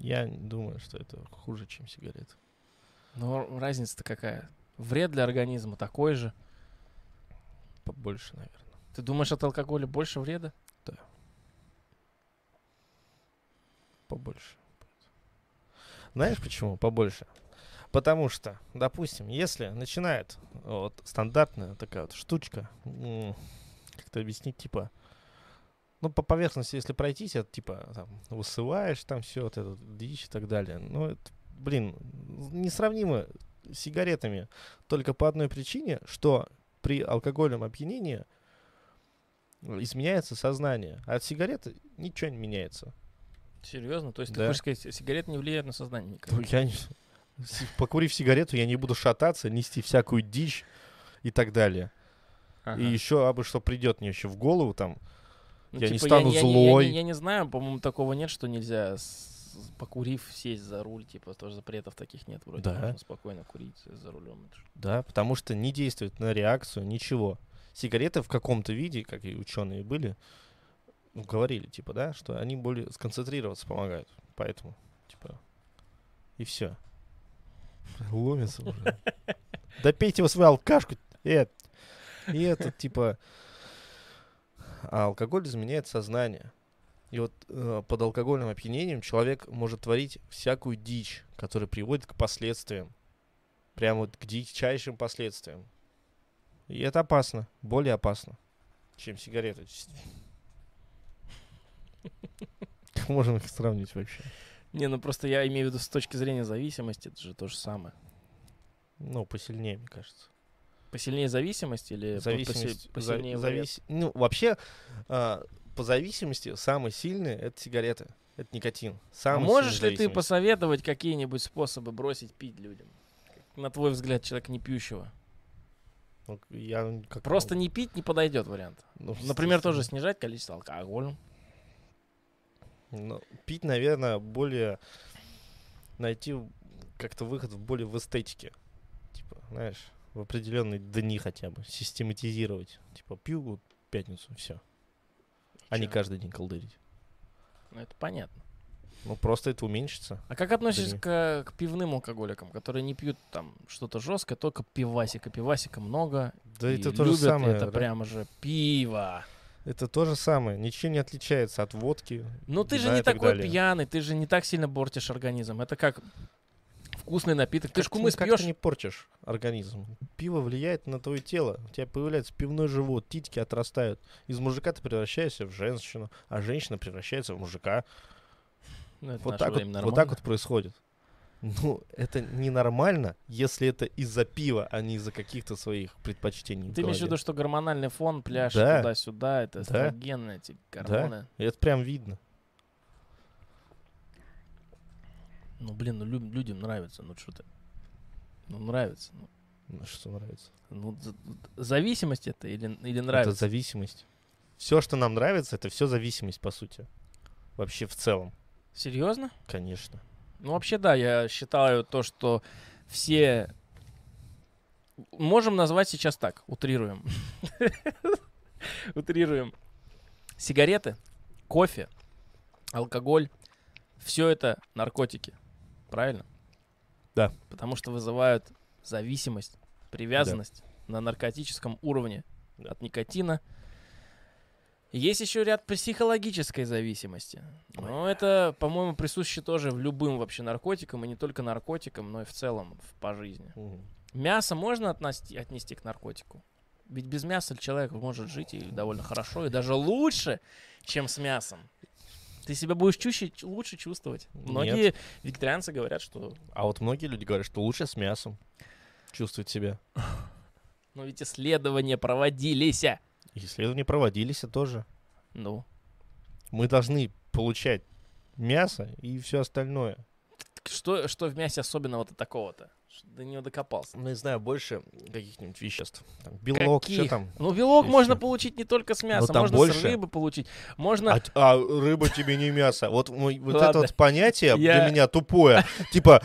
S2: Я не думаю, что это хуже, чем сигареты.
S1: Но разница-то какая? Вред для организма такой же.
S2: Побольше, наверное.
S1: Ты думаешь, от алкоголя больше вреда?
S2: Побольше. Знаешь почему? Побольше. Потому что, допустим, если начинает вот стандартная такая вот штучка, м, как-то объяснить, типа, ну, по поверхности, если пройтись, это типа там высываешь там все, вот это дичь и так далее. Ну, это, блин, несравнимо с сигаретами. Только по одной причине, что при алкогольном опьянении изменяется сознание, а от сигареты ничего не меняется.
S1: Серьезно? То есть ты
S2: Да.
S1: хочешь сказать, сигареты не влияют на сознание никак?
S2: Ну, я не- си- Покурив сигарету, я не буду шататься, нести всякую дичь и так далее.
S1: Ага.
S2: И еще абы что придет мне еще в голову там.
S1: Ну,
S2: я не
S1: типа,
S2: стану
S1: я не- Я,
S2: злой.
S1: не, я не знаю, по-моему, такого нет, что нельзя с- покурив сесть за руль, типа тоже запретов таких нет вроде.
S2: Да.
S1: Можно спокойно курить за рулем. Это ж-
S2: Да, потому что не действует на реакцию ничего. Сигареты в каком-то виде, как и ученые были, ну, говорили, типа, да, что они более сконцентрироваться помогают. Поэтому, типа, и все. Ломится уже. *laughs* Да пейте вы свою алкашку. э. И это, типа... А алкоголь изменяет сознание. И вот э, под алкогольным опьянением человек может творить всякую дичь, которая приводит к последствиям. Прям вот к дичайшим последствиям. И это опасно. Более опасно, чем сигареты. Как можно их сравнить вообще?
S1: Не, ну просто я имею в виду с точки зрения зависимости, это же то же самое.
S2: Ну, посильнее, мне кажется.
S1: Посильнее зависимость или Э, по- поси-
S2: Зависимость, за-
S1: посильнее вред?
S2: завис- Ну, вообще, а, по зависимости самые сильные — это сигареты. Это никотин.
S1: А
S2: Самый
S1: можешь
S2: сильный
S1: ли ты
S2: зависимость.
S1: посоветовать какие-нибудь способы бросить пить людям? Как, На твой взгляд, человек не пьющего.
S2: Ну, я м, как
S1: Просто
S2: могу?
S1: не пить не подойдет вариант.
S2: Ну,
S1: Например, тоже
S2: естественно.
S1: снижать количество алкоголя.
S2: Ну, пить, наверное, более... Найти в- как-то выход в более в эстетике. Типа, знаешь, в определенные дни хотя бы. Систематизировать. Типа, пью вот пятницу, все. А не
S1: Чё?
S2: каждый день колдырить.
S1: Ну, это понятно.
S2: Ну, просто это уменьшится.
S1: А как относишься
S2: не.
S1: к, к пивным алкоголикам, которые не пьют там что-то жесткое, только пивасика? Пивасика много.
S2: Да
S1: и
S2: это то же
S1: любят
S2: самое.
S1: Это
S2: да.
S1: прямо же пиво.
S2: Это то же самое, ничем не отличается от водки.
S1: Ну ты же
S2: вина
S1: не
S2: и так
S1: такой
S2: далее.
S1: пьяный, ты же не так сильно бортишь организм. Это как вкусный напиток. Ты
S2: Как
S1: же кумыс
S2: как
S1: пьешь.
S2: ты ну, не портишь организм. Пиво влияет на твое тело. У тебя появляется пивной живот, титьки отрастают. Из мужика ты превращаешься в женщину, а женщина превращается в мужика.
S1: Ну, это
S2: Вот
S1: наше
S2: так, вот,
S1: время
S2: вот так
S1: нормально.
S2: вот происходит. Ну, это ненормально, если это из-за пива, а не из-за каких-то своих предпочтений. в
S1: Ты имеешь в
S2: голове.
S1: виду, что гормональный фон, пляж
S2: Да.
S1: туда-сюда, это
S2: Да.
S1: эстрогены, эти гормоны.
S2: И Это прям видно.
S1: Ну, блин, ну лю- людям нравится, ну что ты. Ну, нравится. Ну,
S2: Ну, Что нравится.
S1: ну, з- зависимость это или, или
S2: Это
S1: нравится?
S2: зависимость. Все, что нам нравится, это все зависимость, по сути. Вообще в целом,
S1: Серьезно?
S2: конечно.
S1: Ну, вообще, да, я считаю то, что все... Можем назвать сейчас так, утрируем. Утрируем. Сигареты, кофе, алкоголь, все это наркотики. Правильно?
S2: Да.
S1: Потому что вызывают зависимость, привязанность на наркотическом уровне
S2: Да.
S1: от никотина. Есть еще ряд психологической зависимости. Но это, по-моему, присуще тоже в любым вообще наркотикам, и не только наркотикам, но и в целом в- по жизни.
S2: Мгм.
S1: Мясо можно отнести, отнести к наркотику? Ведь без мяса человек может жить и довольно хорошо, и даже лучше, чем с мясом. Ты себя будешь чуще, ч- лучше чувствовать. Многие вегетарианцы говорят, что...
S2: А вот многие люди говорят, что лучше с мясом чувствовать себя.
S1: Но ну, ведь исследования проводились. а».
S2: Исследования проводились и тоже.
S1: Ну,
S2: Мы должны получать мясо и все остальное.
S1: так что, что в мясе особенного-то такого-то? Что До него докопался.
S2: Ну, не знаю, больше каких-нибудь веществ. Там, белок, что
S1: Каких?
S2: там.
S1: Ну, белок
S2: Ещё. Ну,
S1: можно получить не только с мясом,
S2: там
S1: можно с
S2: больше.
S1: рыбы получить. Можно...
S2: А, т- а рыба тебе не мясо. Вот, мой- вот это
S1: Ладно.
S2: вот понятие
S1: Я-
S2: для меня тупое. Типа,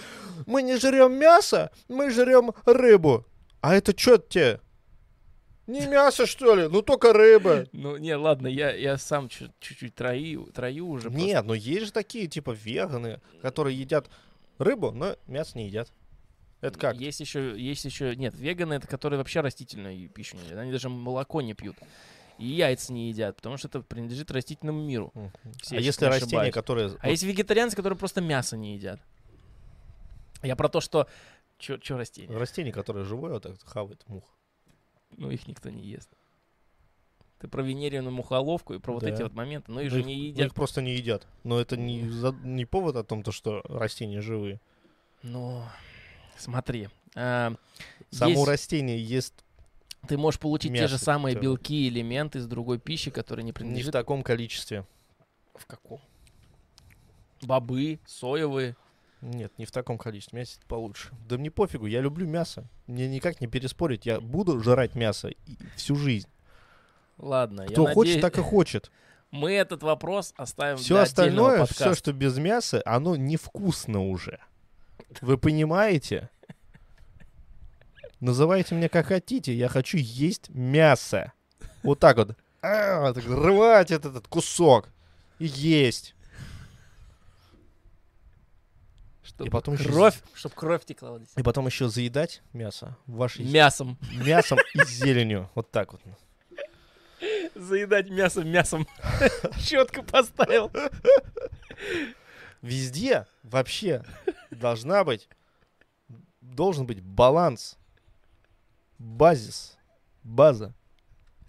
S2: мы не жрем мясо, мы жрем рыбу. А это что тебе? Не мясо, что ли? Ну только рыба.
S1: Ну, не, ладно, я, я сам чу- чуть-чуть трою, трою уже. просто.
S2: Нет, но есть же такие, типа, веганы, которые едят рыбу, но мясо не едят. Это как?
S1: Есть еще, есть еще, нет, веганы, это которые вообще растительную пищу не едят, они даже молоко не пьют. И яйца не едят, потому что это принадлежит растительному миру.
S2: Мгм.
S1: Все
S2: А
S1: я
S2: если
S1: чуть не
S2: растения,
S1: ошибаюсь.
S2: которые...
S1: А есть вегетарианцы, которые просто мясо не едят. Я про то, что... Че
S2: *laughs*
S1: растения?
S2: Растение, которое живое, вот так хавает мух.
S1: Ну, их никто не ест. Ты про венерианную мухоловку и про вот
S2: Да.
S1: эти вот моменты. Ну, их
S2: Ну,
S1: же
S2: их-
S1: не
S2: ну,
S1: едят.
S2: Их просто не едят. Но это не, за- не повод о том, то, что растения живые.
S1: Ну, смотри. а,
S2: Само
S1: есть-
S2: растение ест
S1: Ты можешь получить те же
S2: Мясо
S1: самые
S2: хотя бы.
S1: белки и элементы из другой пищи, которые не
S2: не в
S1: принадлежит.
S2: таком количестве.
S1: В каком? Бобы, соевые.
S2: Нет, не в таком количестве. Мясо получше. Да мне пофигу, я люблю мясо. Мне никак не переспорить. Я буду жрать мясо и- всю жизнь.
S1: Ладно,
S2: Кто
S1: я
S2: хочет,
S1: надеюсь,
S2: так и хочет.
S1: мы этот вопрос оставим
S2: Все
S1: для отдельного
S2: остальное,
S1: подкаста.
S2: все, что без мяса, оно невкусно уже. Вы понимаете? Называйте меня как хотите, я хочу есть мясо. Вот так вот. А, так рвать этот, этот кусок и есть.
S1: Чтобы
S2: и потом ещё
S1: кровь, чтобы кровь текла вот здесь.
S2: И потом еще заедать мясо вашей *laughs*
S1: Мясом.
S2: мясом и зеленью. Вот так вот.
S1: Заедать мясо
S2: *laughs*
S1: мясом. Четко поставил.
S2: Везде вообще должна быть, должен быть баланс, базис, база.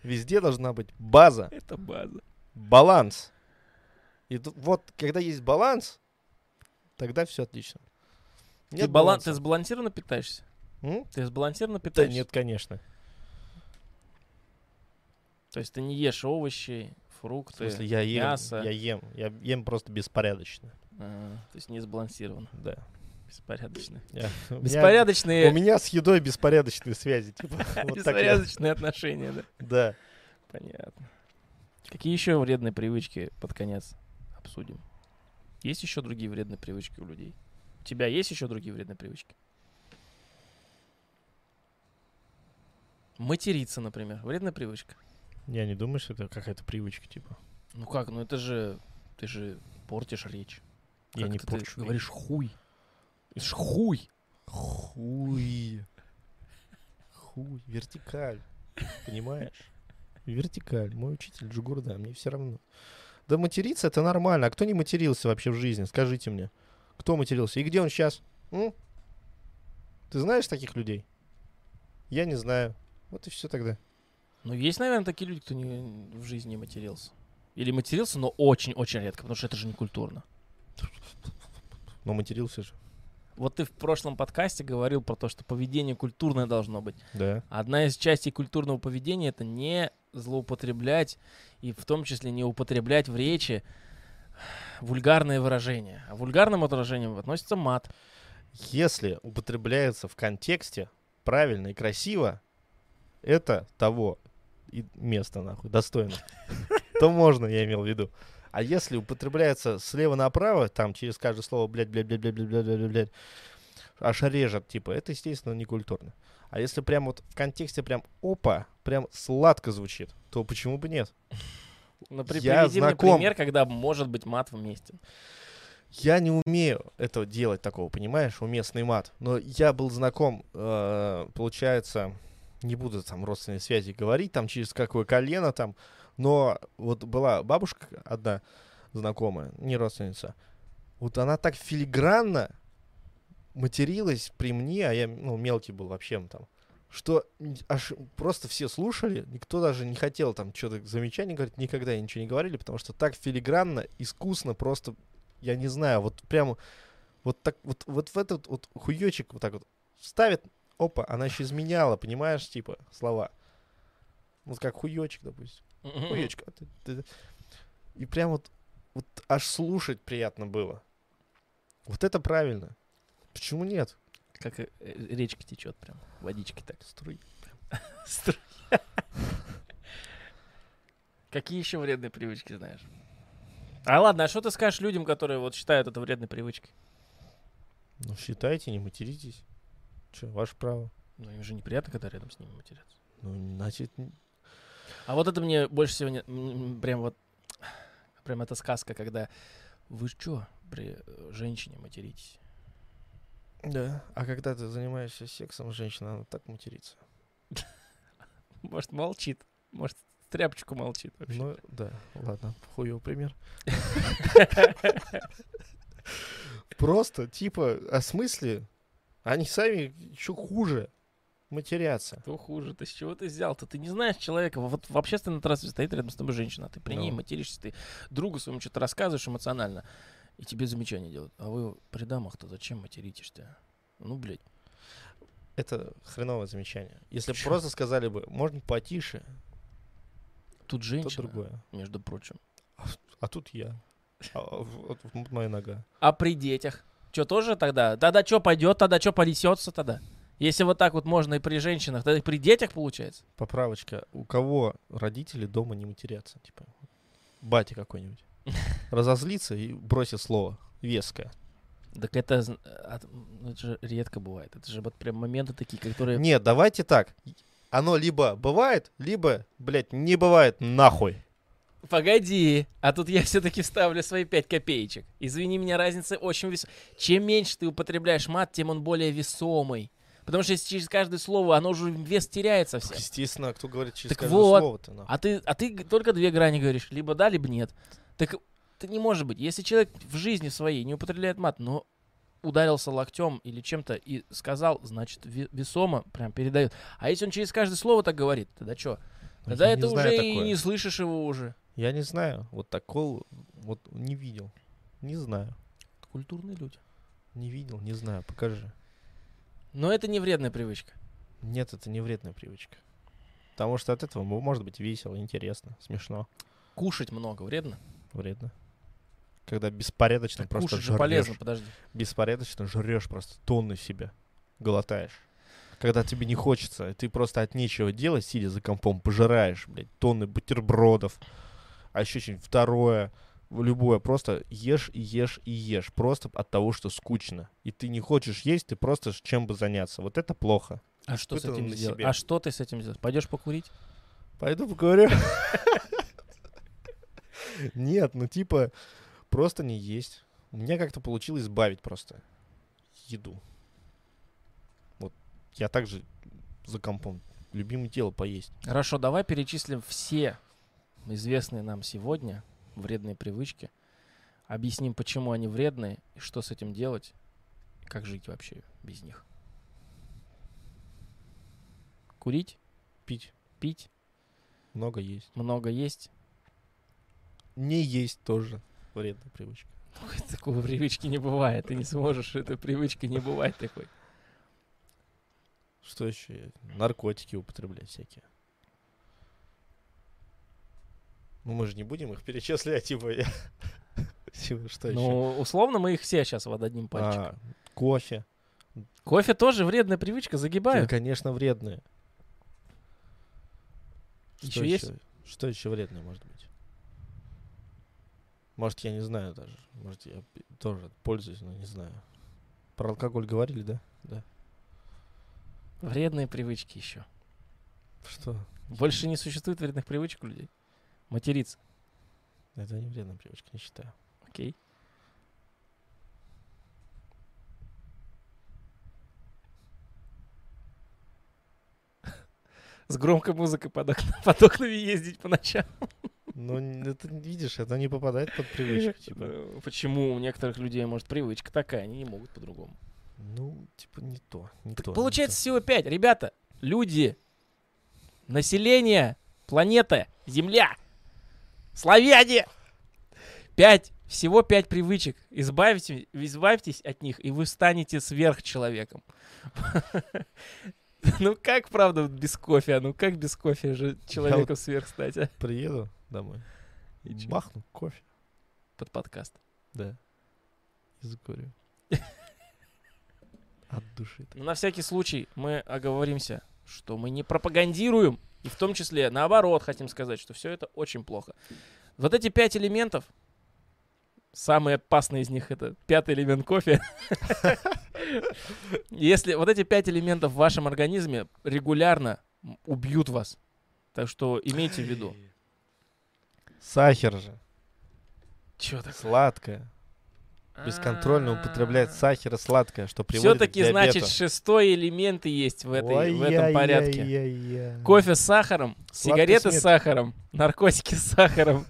S2: Везде должна быть база,
S1: Это база.
S2: баланс. И тут вот, когда есть баланс, тогда все отлично.
S1: ты, балан... ты сбалансированно питаешься?
S2: М?
S1: Ты сбалансированно
S2: Да
S1: питаешься?
S2: нет, конечно.
S1: То есть ты не ешь овощи,
S2: В
S1: фрукты,
S2: смысле, я ем,
S1: мясо.
S2: я ем, я ем просто беспорядочно.
S1: А, то есть не сбалансированно,
S2: Да.
S1: беспорядочно.
S2: Я- у меня-
S1: Беспорядочные,
S2: У меня с едой беспорядочные связи. Типа, вот так я-
S1: беспорядочные отношения, да.
S2: Да.
S1: Понятно. Какие еще вредные привычки под конец обсудим? Есть еще другие вредные привычки у людей? У тебя есть еще другие вредные привычки? Материться, например. Вредная привычка.
S2: Я не думаю, что это какая-то привычка, типа.
S1: Ну как, ну это же... Ты же портишь речь.
S2: Я не
S1: Как-то
S2: порчу.
S1: Ты говоришь хуй. Это ж хуй.
S2: Хуй. Хуй. Вертикаль. Понимаешь? Вертикаль. Мой учитель Джигурда, мне все равно. Да материться это нормально. А кто не матерился вообще в жизни? Скажите мне. Кто матерился? И где он сейчас? М? Ты знаешь таких людей? Я не знаю. Вот и все тогда.
S1: Ну, есть, наверное, такие люди, кто не, в жизни не матерился. Или матерился, но очень-очень редко, потому что это же не культурно.
S2: Но матерился же.
S1: Вот ты в прошлом подкасте говорил про то, что поведение культурное должно быть.
S2: Да.
S1: Одна из частей культурного поведения — это не злоупотреблять и в том числе не употреблять в речи вульгарные выражения. А вульгарным отражением относится мат.
S2: Если употребляется в контексте правильно и красиво, это того и места, нахуй, достойно. То можно, я имел в виду. А если употребляется слева направо, там через каждое слово, блядь, блядь, блядь, блядь, блядь, блядь, блядь, блядь, аж режет, типа, это, естественно, не культурно. А если прям вот в контексте прям опа, прям сладко звучит, то почему бы нет?
S1: Но
S2: Я
S1: Ну, приведи мне
S2: знаком.
S1: пример, когда может быть мат вместе.
S2: Я не умею этого делать такого, понимаешь, уместный мат. Но я был знаком, э, получается, не буду там родственные связи говорить, там через какое колено там, но вот была бабушка одна знакомая, не родственница, вот она так филигранно материлась при мне, а я, ну, мелкий был вообще там, что н- аж просто все слушали, никто даже не хотел там что-то замечаний говорить, никогда ничего не говорили, потому что так филигранно, искусно просто я не знаю, вот прям вот так вот, вот в этот вот хуёчек вот так вот вставит, опа, она еще изменяла, понимаешь, типа, слова. Вот как хуёчек, допустим. Хуёчек. а ты- ты- ты. И прям вот, вот аж слушать приятно было. Вот это правильно. Почему нет?
S1: Как э, речка течет прям, водички
S2: *laughs*
S1: так.
S2: Струи.
S1: Струя. Какие еще вредные привычки знаешь? А ладно, а что ты скажешь людям, которые вот считают это вредной привычкой?
S2: Ну, считайте, не материтесь. Че, ваше право.
S1: Ну, им же неприятно, когда рядом с ними матерятся.
S2: Ну, значит, н-
S1: А вот это мне больше всего не... м, м, Прям вот... Прям эта сказка, когда вы что при э, женщине материтесь?
S2: да. А когда ты занимаешься сексом, женщина, она так матерится.
S1: Может, молчит. Может, тряпочку молчит вообще.
S2: Ну, да, ладно, хуёвый пример. *laughs* Просто, типа, о смысле? Они сами еще хуже матерятся.
S1: Что хуже? Ты с чего ты взял-то? Ты не знаешь человека. Вот в общественном трассе стоит рядом с тобой женщина, а ты при ней
S2: Ну.
S1: материшься, ты другу своему что-то рассказываешь эмоционально, и тебе замечание делают. А вы при дамах-то зачем материтесь-то? Ну, блядь.
S2: Это хреновое замечание. Если б
S1: Чё?
S2: просто сказали бы, можно потише,
S1: Тут
S2: то
S1: женщина,
S2: другое.
S1: между прочим.
S2: А тут я. А, вот- вот моя нога.
S1: А при детях? Что, тоже тогда? Тогда что пойдет, тогда что понесется тогда? Если вот так вот можно и при женщинах, тогда и при детях получается?
S2: Поправочка. У кого родители дома не матерятся? Типа, батя *laughs* какой-нибудь. Разозлится и бросит слово. Веское.
S1: Так это, зн- а, ну, это же редко бывает. Это же вот прям моменты такие, которые...
S2: Нет, давайте так. Оно либо бывает, либо, блядь, не бывает нахуй.
S1: Погоди, а тут я все-таки вставлю свои 5 копеечек. Извини меня, разница очень вес... Чем меньше ты употребляешь мат, тем он более весомый. Потому что если через каждое слово оно уже вес теряет совсем.
S2: Естественно, кто говорит через
S1: Так
S2: каждое
S1: вот.
S2: слово-то нахуй.
S1: А ты, а ты г- только две грани говоришь, либо да, либо нет. Так это не может быть. Если человек в жизни своей не употребляет мат, но ударился локтем или чем-то и сказал, значит, ве- весомо прям передает. А если он через каждое слово так говорит, тогда что?
S2: Ну,
S1: А, Тогда
S2: я не
S1: это
S2: знаю
S1: уже и
S2: такое.
S1: не слышишь его уже.
S2: Я не знаю. Вот такого вот не видел. Не знаю.
S1: Культурные люди.
S2: Не видел, не знаю. Покажи.
S1: Но это не вредная привычка.
S2: Нет, это не вредная привычка. Потому что от этого мо- может быть весело, интересно, смешно,
S1: Кушать много вредно.
S2: вредно. Когда беспорядочно просто
S1: Кушать же
S2: жрёшь.
S1: полезно, подожди.
S2: беспорядочно жрешь просто тонны себя, глотаешь. Когда тебе не хочется, и ты просто от нечего делать, сидя за компом, пожираешь, блядь, тонны бутербродов. А еще что-нибудь второе, в- любое, просто ешь и ешь и ешь, просто от того, что скучно. И ты не хочешь есть, ты просто с чем бы заняться. Вот это плохо.
S1: А что с
S2: испытывал
S1: этим
S2: на
S1: сделать?
S2: себе.
S1: А что ты с этим сделаешь? Пойдешь покурить?
S2: Пойду поговорю. Нет, ну типа просто не есть. У меня как-то получилось сбавить просто еду. Вот я также за компом любимое тело поесть.
S1: Хорошо, давай перечислим все известные нам сегодня вредные привычки. Объясним, почему они вредные, и что с этим делать, и как жить вообще без них. Курить,
S2: Пить
S1: пить,
S2: много есть.
S1: много есть.
S2: Не есть тоже вредная привычка.
S1: Ой, Такой привычки не бывает. Ты не сможешь, этой привычки не бывает такой.
S2: Что еще? Наркотики употреблять всякие. Ну, мы же не будем их перечислять, типа, я- *laughs* типа, что еще? А,
S1: Ну, условно, мы их все сейчас под одним пальчиком.
S2: кофе.
S1: Кофе тоже вредная привычка,
S2: Да,
S1: загибаю.
S2: конечно, вредные.
S1: Еще есть?
S2: Что еще вредное может быть? Может, я не знаю даже. Может, я пи- тоже пользуюсь, но не знаю. Про алкоголь говорили, да?
S1: Вредные привычки еще.
S2: Что?
S1: Больше не существует вредных привычек у людей. Материться.
S2: Это не вредная привычка, не считаю.
S1: Окей. С громкой музыкой под, окна- *laughs* под окнами ездить по ночам.
S2: Ну, н- это не- видишь, это не попадает под
S1: *laughs*
S2: привычку, типа.
S1: Э, Почему у некоторых людей, может, привычка такая, они не могут по-другому.
S2: Ну, типа, не то, не то. не
S1: Получается всего пять. Ребята, люди, население, планета, Земля, славяне. Пять, всего пять привычек. Избавьте, избавьтесь от них, и вы станете сверхчеловеком. *laughs* Ну как, правда, без кофе? а? Ну как без кофе же человеком сверх стать, а?
S2: то. Приеду домой,
S1: И чё?
S2: бахну кофе,
S1: Под подкаст.
S2: да,
S1: *laughs*
S2: и закурю. От души. так.
S1: Но Ну, на всякий случай мы оговоримся, что мы не пропагандируем, и в том числе, наоборот, хотим сказать, что все это очень плохо. Вот эти пять элементов, самый опасный из них это пятый элемент кофе. *laughs* Если вот эти пять элементов в вашем организме регулярно м, убьют вас, так что имейте в виду.
S2: Сахар же,
S1: Чё так? А.
S2: сладкое. Бесконтрольно употреблять сахар и сладкое, что приводит к
S1: Все-таки,
S2: диабету.
S1: значит, шестой элемент и есть в, этой, в этом порядке.
S2: Ой-яй-яй-яй.
S1: Кофе с сахаром,
S2: Сладкой
S1: сигареты с
S2: смертью.
S1: сахаром, наркотики с сахаром,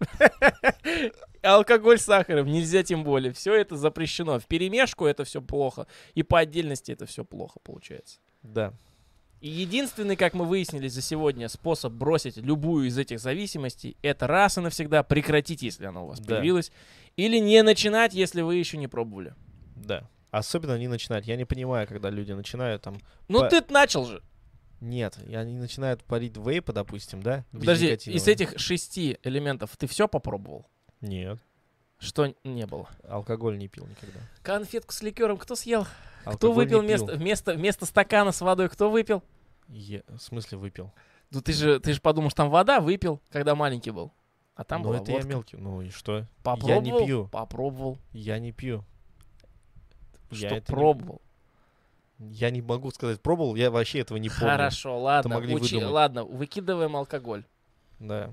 S1: *laughs* алкоголь с сахаром, нельзя тем более. Все это запрещено. В перемешку это все плохо. И по отдельности это все плохо получается.
S2: Да.
S1: И единственный, как мы выяснили за сегодня, способ бросить любую из этих зависимостей, это раз и навсегда прекратить, если она у вас
S2: Да.
S1: появилась, или не начинать, если вы еще не пробовали.
S2: Да. Особенно не начинать. Я не понимаю, когда люди начинают там...
S1: Ну
S2: По-
S1: ты начал же.
S2: Нет, и они начинают парить вейпы, допустим, да? без
S1: Подожди, из
S2: никотинового.
S1: этих шести элементов ты все попробовал?
S2: Нет,
S1: Что не было?
S2: алкоголь не пил никогда.
S1: Конфетку с ликером кто съел? Кто
S2: Алкоголь не
S1: выпил
S2: пил.
S1: вместо, вместо, вместо стакана с водой? Кто выпил?
S2: Е- В смысле выпил?
S1: Ну ты же, ты же подумал, что там вода выпил, когда маленький был. А там
S2: ну,
S1: была
S2: это
S1: водка.
S2: я мелкий. Ну и что?
S1: Попробовал,
S2: Я не пью.
S1: Попробовал.
S2: Я не пью. Я
S1: что
S2: это не-
S1: пробовал.
S2: Я не могу сказать, пробовал, я вообще этого не помню.
S1: Хорошо, ладно,
S2: могли
S1: учи-
S2: выдумать.
S1: ладно, выкидываем алкоголь.
S2: Да.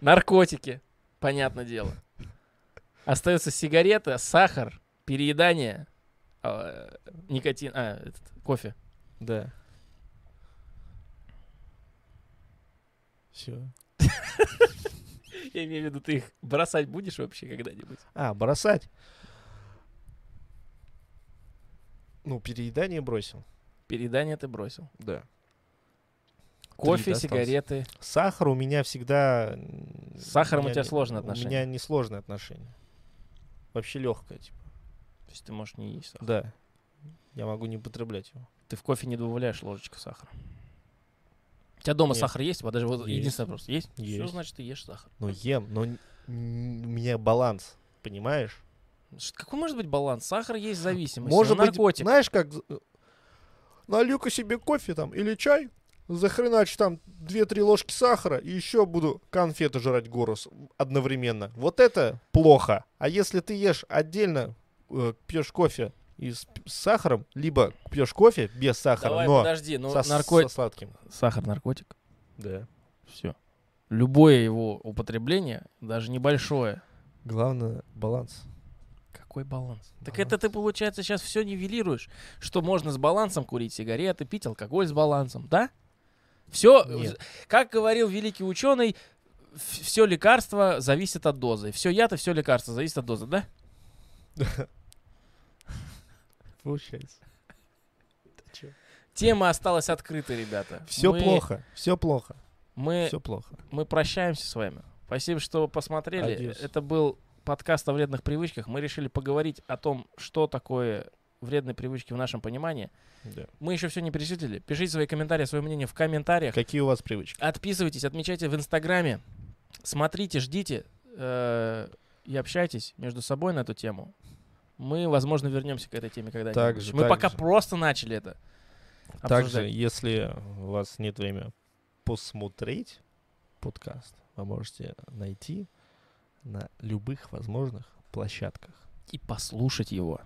S1: Наркотики, понятное дело. Остаются сигареты, сахар, переедание, э, никотин, а, этот, кофе.
S2: Да. Все.
S1: Я имею в виду, ты их бросать будешь вообще когда-нибудь?
S2: А, бросать. Ну, переедание бросил.
S1: Переедание ты бросил.
S2: Да.
S1: Кофе,
S2: достался.
S1: сигареты.
S2: Сахар у меня всегда... м,
S1: С сахаром у
S2: я
S1: тебя
S2: не-
S1: сложные
S2: У
S1: отношения.
S2: меня не сложные отношения. Вообще легкое, типа.
S1: То есть ты можешь не есть сахар.
S2: Да. Я могу не потреблять его.
S1: Ты в кофе не добавляешь ложечку сахара. У тебя дома
S2: Нет.
S1: сахар есть? Вот даже вот
S2: Есть.
S1: единственный вопрос. Есть? Все,
S2: Есть.
S1: значит, ты ешь сахар.
S2: Но ем, но н- н- у меня баланс, понимаешь?
S1: Ш- Какой может быть баланс? Сахар есть зависимость.
S2: Может
S1: ну,
S2: быть,
S1: наркотик.
S2: знаешь, как з- налью-ка себе кофе там или чай, захреначу там 2-3 ложки сахара и еще буду конфеты жрать горус одновременно. Вот это плохо. А если ты ешь отдельно, э, пьешь кофе и с, с сахаром, либо пьешь кофе без сахара,
S1: Давай,
S2: но
S1: подожди, ну
S2: со, с-
S1: нарко-
S2: со сладким.
S1: Сахар наркотик.
S2: Да.
S1: Все. Любое его употребление, даже небольшое,
S2: Главное баланс.
S1: Какой баланс? Так это ты, получается, сейчас все нивелируешь, что можно с балансом курить сигареты, пить алкоголь с балансом, да? Все,
S5: Нет.
S1: как говорил великий ученый, все лекарство зависит от дозы. Все яд и все лекарство зависит от дозы, да?
S2: Получается.
S1: Тема осталась открытой, ребята.
S2: Все
S1: Мы-
S2: плохо, все плохо,
S1: Мы
S2: все плохо.
S1: мы прощаемся с вами. Спасибо, что посмотрели.
S2: Адьос.
S1: Это был подкаст о вредных привычках. Мы решили поговорить о том, что такое вредные привычки в нашем понимании.
S5: Да.
S1: Мы еще все не перечислили. Пишите свои комментарии, свое мнение в комментариях.
S2: Какие у вас привычки?
S1: Отписывайтесь, отмечайте в Инстаграме. Смотрите, ждите э, и общайтесь между собой на эту тему. Мы, возможно, вернемся к этой теме когда-нибудь.
S5: Так же,
S1: Мы
S5: так
S1: пока
S5: же.
S1: просто начали это
S5: Также,
S1: обсуждать.
S5: если у вас нет времени посмотреть подкаст, вы можете найти на любых возможных площадках
S1: И послушать его.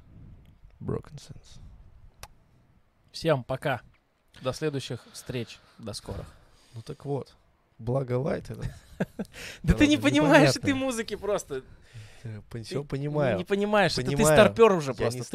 S5: Broken Sense.
S1: Всем пока. До следующих встреч. До скорых.
S5: Ну так вот, благо Лайт это.
S1: Да ты не
S5: Короче,
S1: понимаешь
S5: непонятно.
S1: этой музыки просто.
S5: Все
S1: Ты
S5: э, понимаю.
S1: Не понимаешь, это ты
S5: Понимаю.
S1: старпер уже
S5: Я
S1: просто.
S5: не
S1: Ты